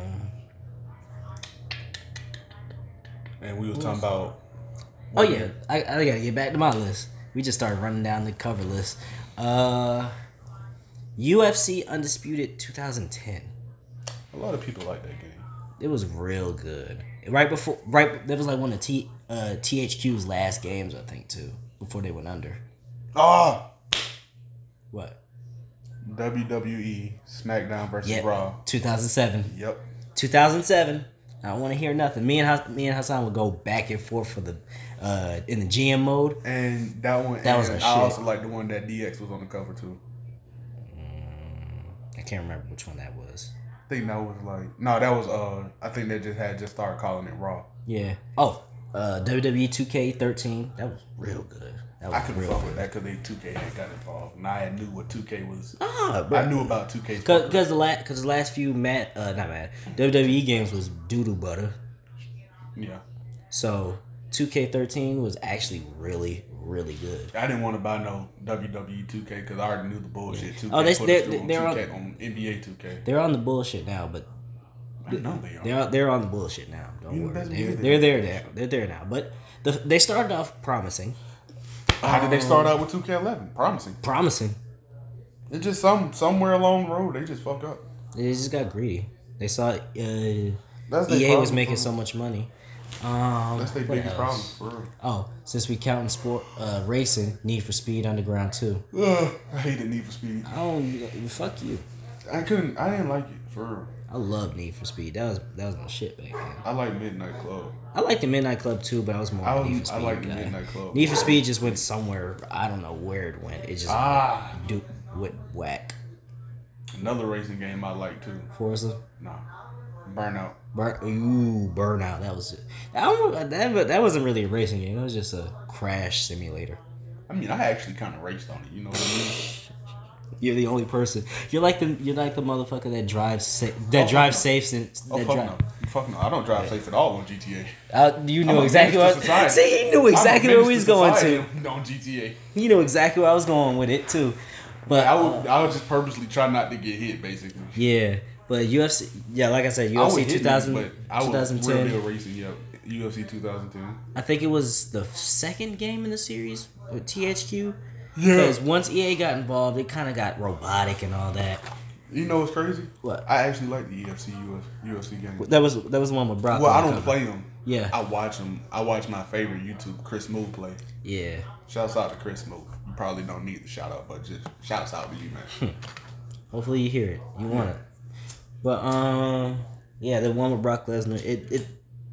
S2: And we was talking about.
S1: Oh yeah, I, I gotta get back to my list. We just started running down the cover list. Uh, UFC Undisputed 2010.
S2: A lot of people like that game.
S1: It was real good. Right before, right that was like one of T uh, THQ's last games, I think, too, before they went under.
S2: Ah!
S1: What?
S2: WWE E, SmackDown versus
S1: Yeah,
S2: Raw.
S1: 2007.
S2: Yep.
S1: 2007. I don't want to hear nothing. Me and Hass- me and Hassan would go back and forth for the uh, in the GM mode.
S2: And that one.
S1: That was
S2: and
S1: a
S2: I
S1: shit.
S2: also like the one that DX was on the cover too.
S1: I can't remember which one that was.
S2: I think that was like. No, that was. uh I think they just had just started calling it Raw.
S1: Yeah. Oh, uh, WWE 2K13. That was real good. That was
S2: I couldn't
S1: real
S2: fuck
S1: good.
S2: with that because they 2K had got involved. And I knew what 2K was.
S1: Ah,
S2: I
S1: bro.
S2: knew about 2K.
S1: Because the last because the last few Matt uh, not Matt WWE E games was doodle butter.
S2: Yeah.
S1: So 2K13 was actually really really good.
S2: I didn't want to buy no E WWE 2K because I already knew the bullshit. 2K
S1: Oh,
S2: oh,
S1: they-
S2: they, put
S1: they're-
S2: us through on
S1: they're on-
S2: 2K on NBA 2K.
S1: They're on the bullshit now, but
S2: I know they are.
S1: They're they're on the bullshit now. Don't
S2: Yeah,
S1: worry.
S2: that's
S1: They're,
S2: weird.
S1: they're there there. They're there now. But the, they started off promising,
S2: How did they start
S1: Oh.
S2: out with 2K11? Promising.
S1: promising.
S2: It's just some somewhere along the road they just fuck up.
S1: They just got greedy. They saw uh, EA
S2: That's their
S1: E was
S2: problem,
S1: making
S2: bro.
S1: so much money. Um,
S2: That's their
S1: what
S2: biggest
S1: else?
S2: problem for real.
S1: Oh, since we counting sport uh, racing, Need for Speed Underground too.
S2: Ugh, I hated Need for Speed.
S1: I don't fuck you.
S2: I couldn't. I didn't like it for
S3: for real.
S1: I love Need for Speed. That was that was my shit back then.
S2: I like Midnight Club.
S1: I liked the Midnight Club too, but I was more
S2: I
S1: of a Need for
S2: was,
S1: Speed
S2: I like the
S1: guy.
S2: Midnight Club.
S1: Need for Speed just went somewhere. I don't know where it went. It just
S3: Ah,
S1: do, went whack.
S2: Another racing game I like too.
S1: Forza.
S3: nah. Burnout.
S1: Burn, ooh, burnout. That was that, wa- that. wa- That wasn't really a racing game. It was just a crash simulator.
S2: I mean, I actually kind of raced on it. You know what I mean?
S1: You're the only person. You're like the you're like the motherfucker that drives sa- that
S2: Oh,
S1: drives
S2: no.
S1: safes and
S2: Oh
S1: that
S2: fuck
S1: drive.
S2: no! Fuck no! I don't drive safe at all on GTA.
S1: Uh, you
S2: I'm
S1: knew
S2: a
S1: exactly
S2: menace
S1: what.
S2: to society.
S1: See, he knew
S2: I'm a
S1: exactly where
S2: menace
S1: we was
S2: to
S1: going to.
S2: society On GTA,
S1: He knew exactly where I was going with it too. But
S2: I would I would just purposely try not to get hit. Basically,
S1: yeah, but UFC. Yeah, like I said,
S2: I would
S1: UFC
S2: hit
S1: 2000,
S2: niggas, but I was real
S1: 2010.
S2: deal racing. Yep, UFC 2010.
S1: I think it was the second game in the series with THQ. Because once EA got involved, it kind of got robotic and all that.
S2: You know what's crazy?
S1: What?
S2: I actually like the UFC US, UFC games.
S1: That was that was the one with Brock.
S2: Well,
S1: on
S2: I
S1: the
S2: don't
S1: cover.
S2: play them.
S1: Yeah.
S2: I watch them. I watch my favorite YouTube, Chris Move play.
S1: Yeah.
S2: Shouts out to Chris Move. You probably don't need the shout out, but just shouts out to you, man.
S1: Hopefully you hear it. You want it. But um yeah, the one with Brock Lesnar, it it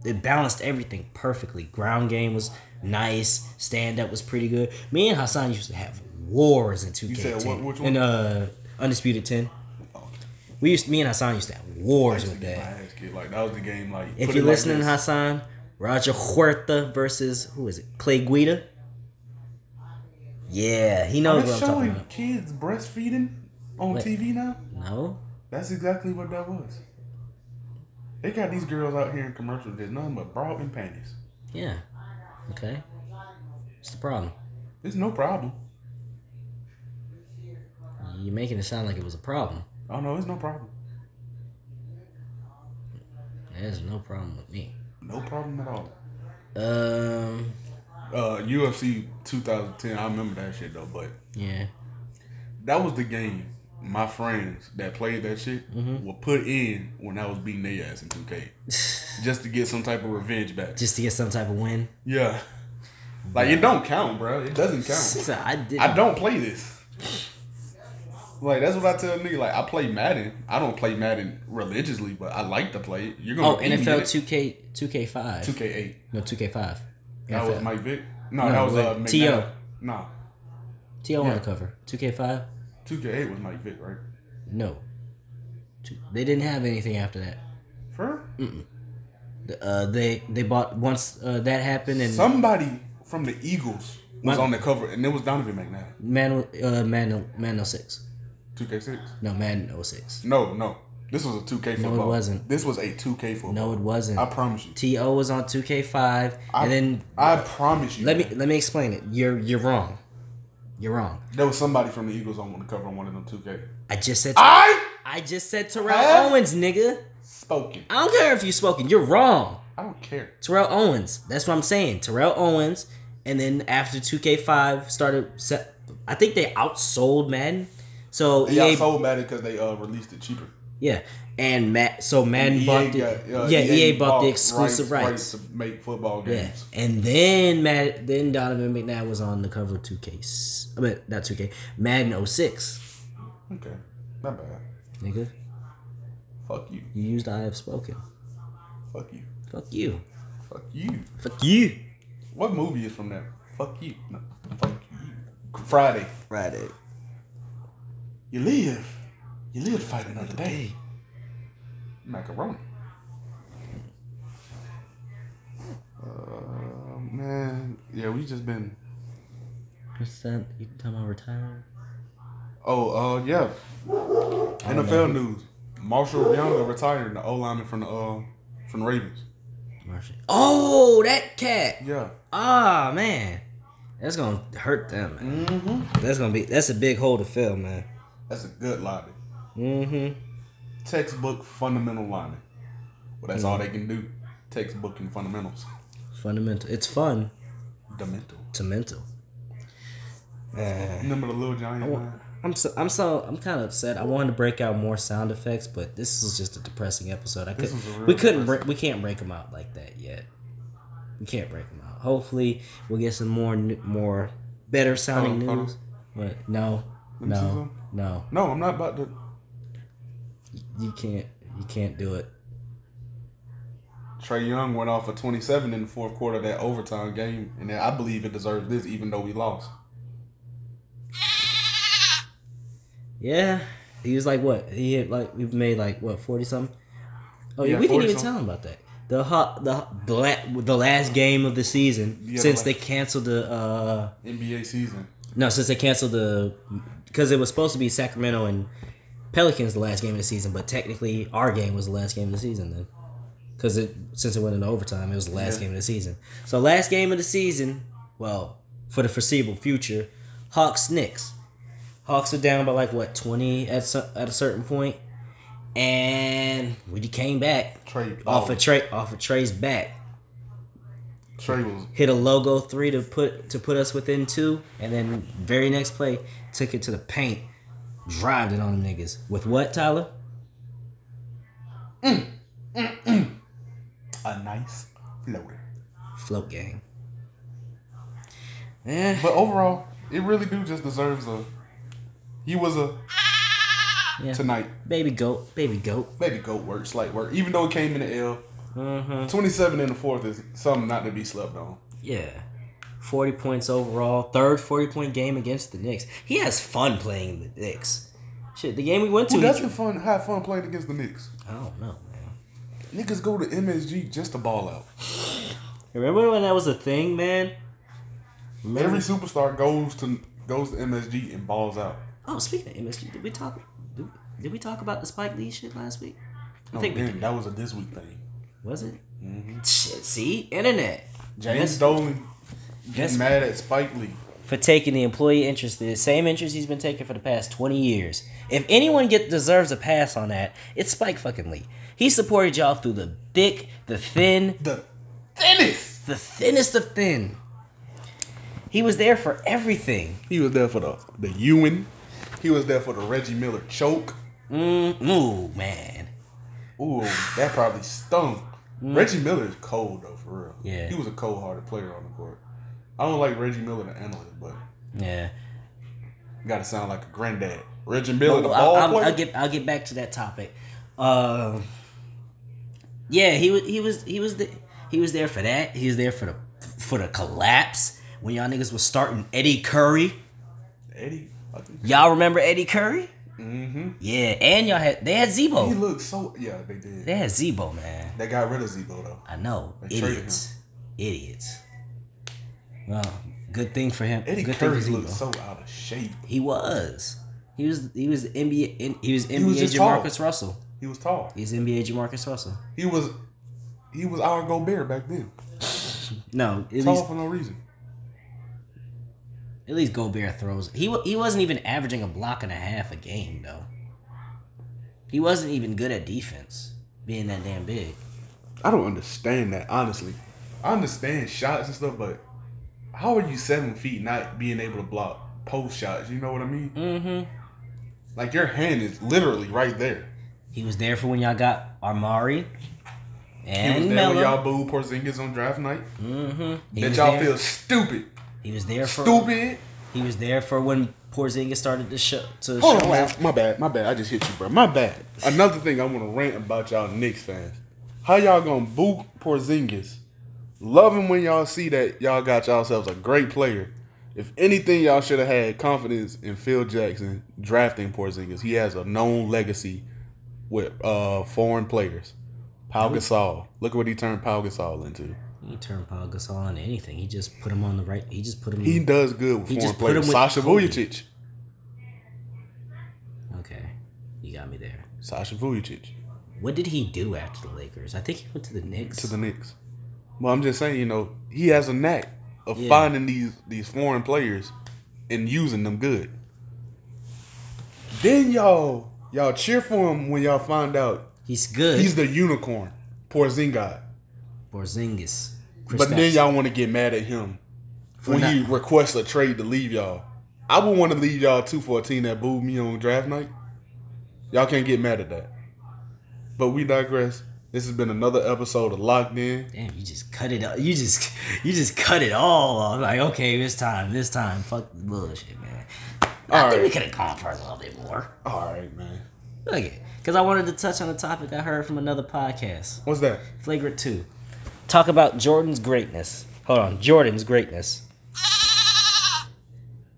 S1: it balanced everything perfectly. Ground game was nice. Stand up was pretty good. Me and Hassan used to have wars in 2K10.
S2: said what- which
S1: In
S2: one?
S1: uh Undisputed 10.
S2: Oh,
S1: We used me and Hassan used to have
S2: I
S1: wars
S2: used to
S1: with
S2: get my
S1: that.
S2: ass kicked. Like that was the game. Like
S1: If
S2: put
S1: you're
S2: it like
S1: listening,
S2: this.
S1: Hassan, Roger Huerta versus who is it? Clay Guida. Yeah, he knows
S2: They're
S1: what I'm talking
S2: showing
S1: about.
S2: kids breastfeeding on
S1: Wait.
S2: TV now.
S1: No,
S2: That's exactly what that was. They got these girls out here in commercials that's nothing but bra and panties.
S1: yeah, okay. What's the problem?
S2: It's no problem.
S1: You're making it sound like it was a problem.
S2: Oh no, it's no problem.
S1: There's no problem with me.
S2: No problem at all.
S1: Um,
S2: Uh, UFC 2010. I remember that shit though, but
S1: yeah.
S2: that was the game my friends that played that shit
S1: Mm-hmm.
S2: were put in when I was beating their ass in
S1: [LAUGHS]
S2: 2K just to get some type of revenge back.
S1: Just to get some type of win. [LAUGHS]
S2: Yeah, like it don't count, bro. It doesn't count.
S1: So I did.
S2: I don't play this. Like that's what I tell a nigga. Like I play Madden. I don't play Madden religiously, but I like to play it. You're gonna
S1: Oh,
S2: beat me
S1: NFL
S2: at
S1: two K two K five.
S2: 2K8.
S1: No, two K five.
S2: That was Mike Vick. No,
S1: No,
S2: that was
S1: wait,
S2: uh, McNabb.
S1: T.O..
S2: Nah,
S1: To on the cover. Two K five.
S2: 2K8 was Mike Vick, right?
S1: No. Two- They didn't have anything after that.
S2: For real?
S1: The- Uh, they they bought once uh, that happened and
S2: somebody from the Eagles was
S1: My-
S2: on the cover, and it was Donovan McNabb.
S1: man uh man man 06.
S2: 2K6.
S1: No man 06.
S2: No, no, this was a 2K football.
S1: wasn't.
S2: This was a 2K football.
S1: No, it wasn't.
S2: I promise you.
S1: To was on two K five, and then
S2: I promise you.
S1: let me let me explain it. You're you're wrong. You're wrong.
S2: There was somebody from the Eagles on the cover on one of them 2K.
S1: I just said
S2: I
S1: I just said Terrell
S2: Huh?
S1: Owens, nigga.
S2: spoken.
S1: I don't care if you spoken. You're wrong.
S2: I don't care.
S1: Terrell Owens. That's what I'm saying. Terrell Owens. And then after 2K5 started, se- I think they outsold Madden. So
S2: Yeah,
S1: EA,
S2: I sold Madden because they uh, released it cheaper.
S1: yeah, and Matt. So Madden
S2: EA
S1: bought the
S2: uh,
S1: yeah EA, E bought the
S2: bought
S1: exclusive rights.
S2: to make football
S1: Yeah,
S2: games.
S1: and then Matt, then Donovan McNabb was on the cover of 2K. I mean, not 2K. Madden 06.
S2: Okay, not bad.
S1: Nigga,
S2: Fuck you.
S1: you used I have spoken.
S2: Fuck you.
S1: Fuck you.
S2: Fuck you.
S1: Fuck you.
S2: What movie is from that? Fuck you. No, fuck you. Friday.
S1: Friday.
S2: You live. You live to fight another day. Macaroni. Uh, man, yeah, we just been.
S1: What's that? You talking about retirement?
S2: Oh, uh, yeah. NFL news: Marshall Younger retired, the O lineman from the uh, from the Ravens.
S1: Martian. Oh, that cat.
S2: Yeah.
S1: Ah, man. That's gonna hurt them, man.
S2: Mm-hmm.
S1: That's gonna be that's a big hole to fill, man.
S2: That's a good lineman.
S1: Mm-hmm.
S2: Textbook fundamental lineman. Well, that's all they can do. Textbook and fundamentals.
S1: Fundamental. It's fun
S2: The mental.
S1: to mental. Man.
S2: Remember the little giant man?
S1: I'm so I'm so I'm kind of upset. I wanted to break out more sound effects, but this is just a depressing episode. I could
S2: was a real
S1: we couldn't break we can't break them out like that yet. We can't break them out. Hopefully, we'll get some more new- more better sounding
S2: Hold on, hold
S1: news. But no,
S2: me see
S1: no,
S2: some.
S1: no,
S2: No, I'm not about to.
S1: you can't. You can't do it.
S2: Trey Young went off for 27 in the fourth quarter of that overtime game, and I believe it deserves this, even though we lost.
S1: Yeah, he was like what? He had like we've made like what forty something. Oh yeah,
S2: Yeah,
S1: we didn't
S2: 40
S1: even
S2: something.
S1: tell him about that. The hot the the la- the last game of the season
S2: Yeah, the
S1: since
S2: last-
S1: they canceled the uh
S2: NBA season.
S1: no since they canceled the because it was supposed to be Sacramento and Pelicans the last game of the season, but technically our game was the last game of the season then. Because it since it went into overtime, it was the last
S2: Yeah.
S1: game of the season. So last game of the season, well, for the foreseeable future, Hawks Knicks. Hawks were down by like what twenty at so, at a certain point, and when he came back
S2: Trey
S1: off of Trey off of Trey's back,
S2: Trey was
S1: hit a logo three to put to put us within two, and then very next play took it to the paint, drived it on them niggas with what Tyler?
S2: a nice floater.
S1: Float gang. Yeah,
S2: But overall, it really do just deserves a. He was a
S1: Yeah.
S2: tonight
S1: baby goat, baby goat.
S2: maybe goat work, slight work. Even though it came in the L,
S1: Mm-hmm.
S2: 27 in the fourth is something not to be slept on.
S1: Yeah. 40 points overall. Third 40 point game against the Knicks. He has fun playing the Knicks. Shit, the game we went to.
S2: Who
S1: he-
S2: doesn't fun have fun playing against the Knicks?
S1: I don't know, man.
S2: Niggas go to MSG just to ball out.
S1: Remember when that was a thing, man?
S2: Every superstar goes to goes to MSG and balls out.
S1: Oh, speaking of MSG, did we talk? Did, did we talk about the Spike Lee shit last week? I
S2: No,
S1: think we
S2: Oh, damn, that was a this week thing.
S1: Was it? Shit, see, internet
S2: Mm-hmm. James Dolan
S1: that's-
S2: getting mad at Spike Lee.
S1: for taking the employee interest, the same interest he's been taking for the past twenty years. If anyone get deserves a pass on that, it's Spike fucking Lee. He supported y'all through the thick, the thin,
S2: The thinnest.
S1: the thinnest of thin. He was there for everything.
S2: He was there for the the Ewan. He was there for the Reggie Miller choke.
S1: Mm, ooh, man.
S2: Ooh, that probably stunk. Reggie Miller is cold though, for real.
S1: Mm. Yeah.
S2: he was a cold-hearted player on the court. I don't like Reggie Miller the analyst, but
S1: Yeah.
S2: gotta sound like a granddad. Reggie Miller, the
S1: Well, I'll, I'll-
S2: ball player.
S1: I'll get I'll get back to that topic. Um, yeah, he was he was he was the, he was there for that. He was there for the for the collapse when y'all niggas was starting Eddie Curry.
S2: Eddie, fucking-
S1: Y'all remember Eddie Curry? Mm-hmm. Yeah, and y'all had they had
S2: he
S1: Zebo.
S2: looked so yeah. They did.
S1: Oh. They had Zebo, man.
S2: They got rid of Zebo though.
S1: I know,
S2: They traded
S1: idiots, idiots. Well, good thing for him.
S2: Eddie
S1: good
S2: Curry
S1: thing for
S2: looked
S1: Zebo.
S2: so out of shape.
S1: he was. He was he was NBA in- he was NBA
S2: was just tall.
S1: Jamarcus Russell.
S2: He was tall.
S1: He's NBA Jamarcus Russell.
S2: He was he was our Gobert back then.
S1: No, at
S2: Tall
S1: least
S2: for no reason.
S1: at least Gobert throws. He wa- he wasn't even averaging a block and a half a game though. He wasn't even good at defense, being that damn big.
S2: I don't understand that honestly. I understand shots and stuff, but how are you seven feet not being able to block post shots? You know what I mean?
S1: Mm-hmm.
S2: Like your hand is literally right there.
S1: He was there for when y'all got Armari
S2: He was
S1: and
S2: there when
S1: Melo.
S2: y'all boo Porzingis on draft night.
S1: Mm-hmm. He
S2: that
S1: was
S2: y'all
S1: there.
S2: feel stupid,
S1: He was there for.
S2: stupid.
S1: He was there for when Porzingis started to show to
S2: Hold
S1: show
S2: on, Lance. Oh, my bad, my bad. I just hit you, bro. My bad. Another thing I want to rant about y'all Knicks fans. How y'all gonna boo Porzingis? Love him when y'all see that y'all got yourselves a great player. If anything, y'all should have had confidence in Phil Jackson drafting Porzingis. He has a known legacy with uh foreign players. Pau Gasol. Look at what he turned Pau Gasol into.
S1: He turned Paul Gasol into anything. He just put him on the right. He just put him.
S2: He does good
S1: Mm.
S2: with
S1: He
S2: foreign
S1: just put him
S2: players.
S1: with
S2: Sasha
S1: Kobe.
S2: Vujacic.
S1: okay, you got me there.
S2: Sasha Vujacic.
S1: What did he do after the Lakers? I think he went to the Knicks.
S2: to the Knicks. Well, I'm just saying, you know, he has a knack of
S1: Yeah.
S2: finding these these foreign players and using them good. Then y'all y'all cheer for him when y'all find out
S1: He's good.
S2: he's the unicorn, Porzingis.
S1: Porzingis.
S2: But then y'all want to get mad at him when
S1: not-
S2: he requests a trade to leave y'all. I would want to leave y'all two for a team that booed me on draft night. Y'all can't get mad at that. But we digress. This has been another episode of Locked In.
S1: Damn, you just cut it. Up. You just, [LAUGHS] you just cut it all. off. like, okay, this time, this time, fuck the bullshit, man. I
S2: All
S1: think we
S2: right,
S1: could have gone for a little bit more.
S2: all right, man.
S1: Look it. Because I wanted to touch on a topic I heard from another podcast.
S5: What's that?
S1: Flagrant 2. Talk about Jordan's greatness. Hold on. Jordan's greatness.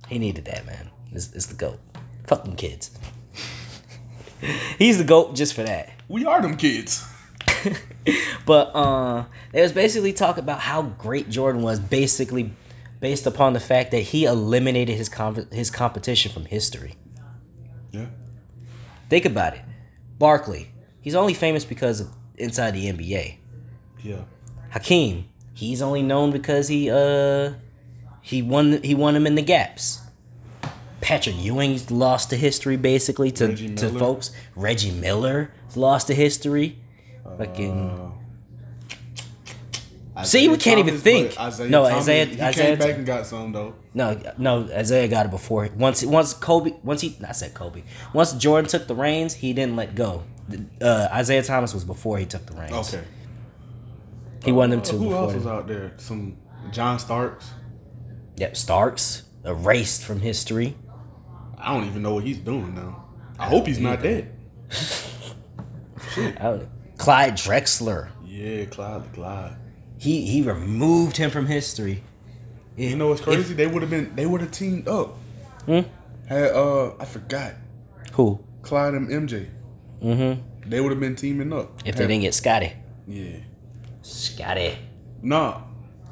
S1: He needed that, man. It's, it's the GOAT. Fuck them kids. [LAUGHS] He's the GOAT just for that.
S2: We are them kids.
S1: but uh, it was basically talk about how great Jordan was, basically based upon the fact that he eliminated his com- his competition from history.
S5: Yeah.
S1: Think about it, Barkley. He's only famous because of inside the NBA.
S5: Yeah.
S1: Hakeem. He's only known because he uh he won he won him in the gaps. Patrick Ewing's lost to history basically to,
S5: Reggie
S1: to
S5: Miller.
S1: folks. Reggie Miller's lost to history. Fucking See, we can't even think.
S2: but Isaiah
S1: No,
S2: Thomas,
S1: Isaiah-
S2: he
S1: Isaiah-
S2: came back and got some though.
S1: No, no, Isaiah got it before. Once, once Kobe, once he, I said Kobe. Once Jordan took the reins, he didn't let go. Uh, Isaiah Thomas was before he took the reins.
S2: Okay.
S1: he won them
S2: Uh,
S1: two
S2: who
S1: before.
S2: else was
S1: Them.
S2: out there? Some John Starks.
S1: Yep, Starks erased from history.
S2: I don't even know what he's doing now. I hope he's not dead.
S1: I don't know. Clyde Drexler,
S2: Yeah, Clyde the Glide.
S1: he he removed him from history.
S2: You know what's crazy? they would have been. They would have teamed up.
S1: Hmm?
S2: Had uh, I forgot
S1: Who?
S2: Clyde and MJ.
S1: Mm-hmm.
S2: They would have been teaming up.
S1: If they didn't get Scotty,
S2: Yeah.
S1: Scotty.
S2: Nah,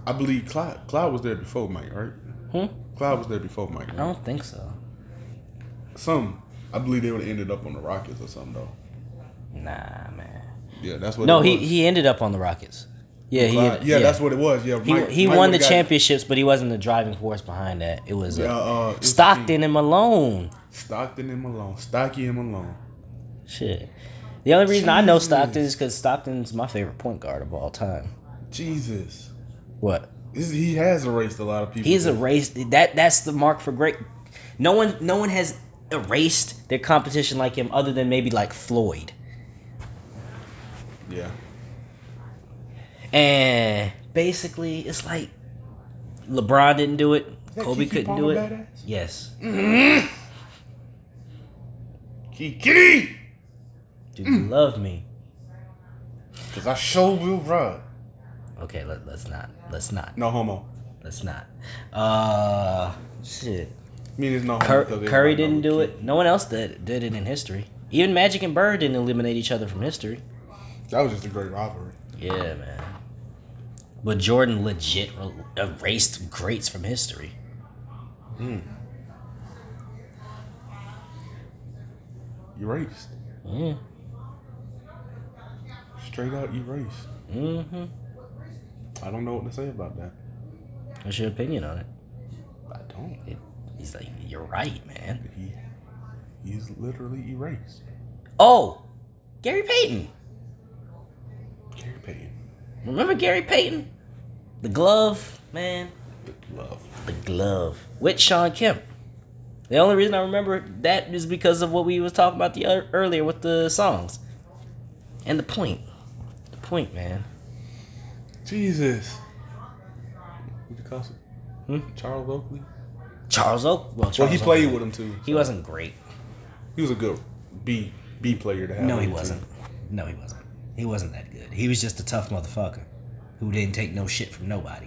S2: I believe Clyde. Clyde was there before Mike, right?
S1: Hmm?
S2: Clyde was there before Mike.
S1: I
S2: Right?
S1: don't think so.
S2: Some. I believe they would have ended up on the Rockets or something though.
S1: Nah, man.
S2: Yeah, that's what.
S1: No,
S2: it
S1: he
S2: was.
S1: he ended up on the Rockets. Yeah, he.
S2: Clyde-
S1: ended-
S2: yeah, that's what it was. Yeah,
S1: He,
S2: Mike-
S1: he
S2: Mike
S1: won the
S2: would've got-
S1: championships, but he wasn't the driving force behind that. It was uh,
S2: Yeah, uh, it was
S1: Stockton and Malone.
S2: Stockton and Malone. Stocky and Malone.
S1: Shit. The only reason I know
S2: Jesus.
S1: Stockton is because Stockton's my favorite point guard of all time.
S2: Jesus.
S1: What?
S2: This- he has erased a lot of people.
S1: He's erased. That that's the mark for great. No one no one has erased their competition like him, other than maybe like Floyd.
S2: Yeah.
S1: And basically, it's like LeBron didn't do it.
S2: that
S1: Kobe
S2: Keke
S1: couldn't do
S2: Palmer
S1: it.
S2: badass? Mm.
S1: Yes.
S2: Kiki!
S1: Do you love me?
S2: Because I sure will ride.
S1: Okay, let, let's not. Let's not.
S2: No homo.
S1: Let's not. Uh, shit.
S2: mean, it's no homo.
S1: Cur-
S2: 'cause everybody
S1: Curry
S2: know
S1: didn't
S2: who
S1: do
S2: Keke-
S1: it. No one else did did it in history. Even Magic and Bird didn't eliminate each other from history.
S2: That was just a great rivalry.
S1: Yeah, man. But Jordan legit re- erased greats from history.
S2: Erased.
S1: Mm.
S2: Straight out erased.
S1: Mm-hmm.
S2: I don't know what to say about that.
S1: What's your opinion on it?
S2: I don't.
S1: it? He's like, you're right, man.
S2: He, he's literally erased.
S1: Oh, Gary Payton.
S2: Gary Payton.
S1: Remember Gary Payton? The glove, man.
S2: Big love.
S1: The glove with Sean Kemp. The only reason I remember that is because of what we was talking about the ear- earlier with the songs, and the point. The point, man.
S2: Jesus. Who'd you call him?
S1: Hmm?
S2: Charles Oakley?
S1: Charles Oak. Well, Charles
S2: Well, he
S1: Oak-
S2: played with him too.
S1: He wasn't great.
S2: He was a good B B player to have.
S1: No,
S2: on
S1: he
S2: your team.
S1: wasn't. No, he wasn't. He wasn't that good. He was just a tough motherfucker who didn't take no shit from nobody.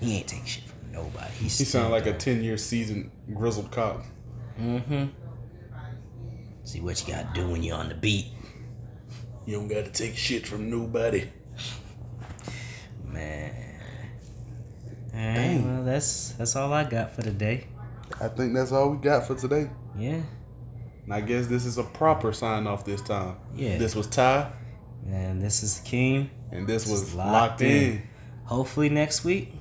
S1: He ain't take shit from nobody. He's
S2: He sounded like a ten-year seasoned grizzled cop.
S1: Mm-hmm. See what you gotta do when you're on the beat,
S2: You don't got to take shit from nobody.
S1: man. All right. Well, that's that's all I got for today.
S2: I think that's all we got for today.
S1: Yeah.
S2: And I guess this is a proper sign off this time.
S1: Yeah.
S2: This was Ty,
S1: And this is King.
S2: and this,
S1: This
S2: was
S1: is
S2: locked,
S1: Locked
S2: in.
S1: Hopefully next week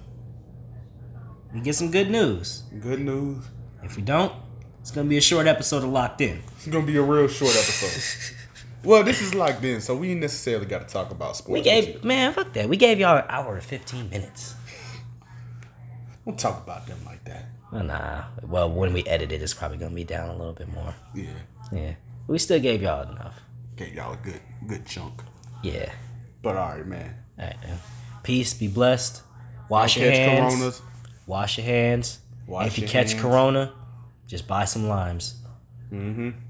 S1: we get some good news.
S2: Good news.
S1: If we don't, it's gonna be a short episode of Locked In.
S2: It's gonna be a real short episode.
S1: [LAUGHS]
S2: well, this is locked in, so we ain't necessarily got to talk about sports.
S1: We
S2: with you.
S1: gave man, fuck that. We gave y'all an hour and fifteen minutes.
S2: Don't talk about them like that.
S1: Well, nah. Well, when we edit it, it's probably gonna be down a little bit more.
S2: Yeah.
S1: Yeah, we still gave y'all enough.
S2: Gave y'all a good, good chunk.
S1: Yeah.
S2: But all right, man.
S1: All right. Man. Peace. Be blessed. Wash your
S2: catch
S1: hands.
S2: coronas.
S1: Wash your hands.
S2: Wash
S1: if you
S2: your
S1: catch
S2: hands.
S1: corona, just buy some limes.
S2: Mm-hmm.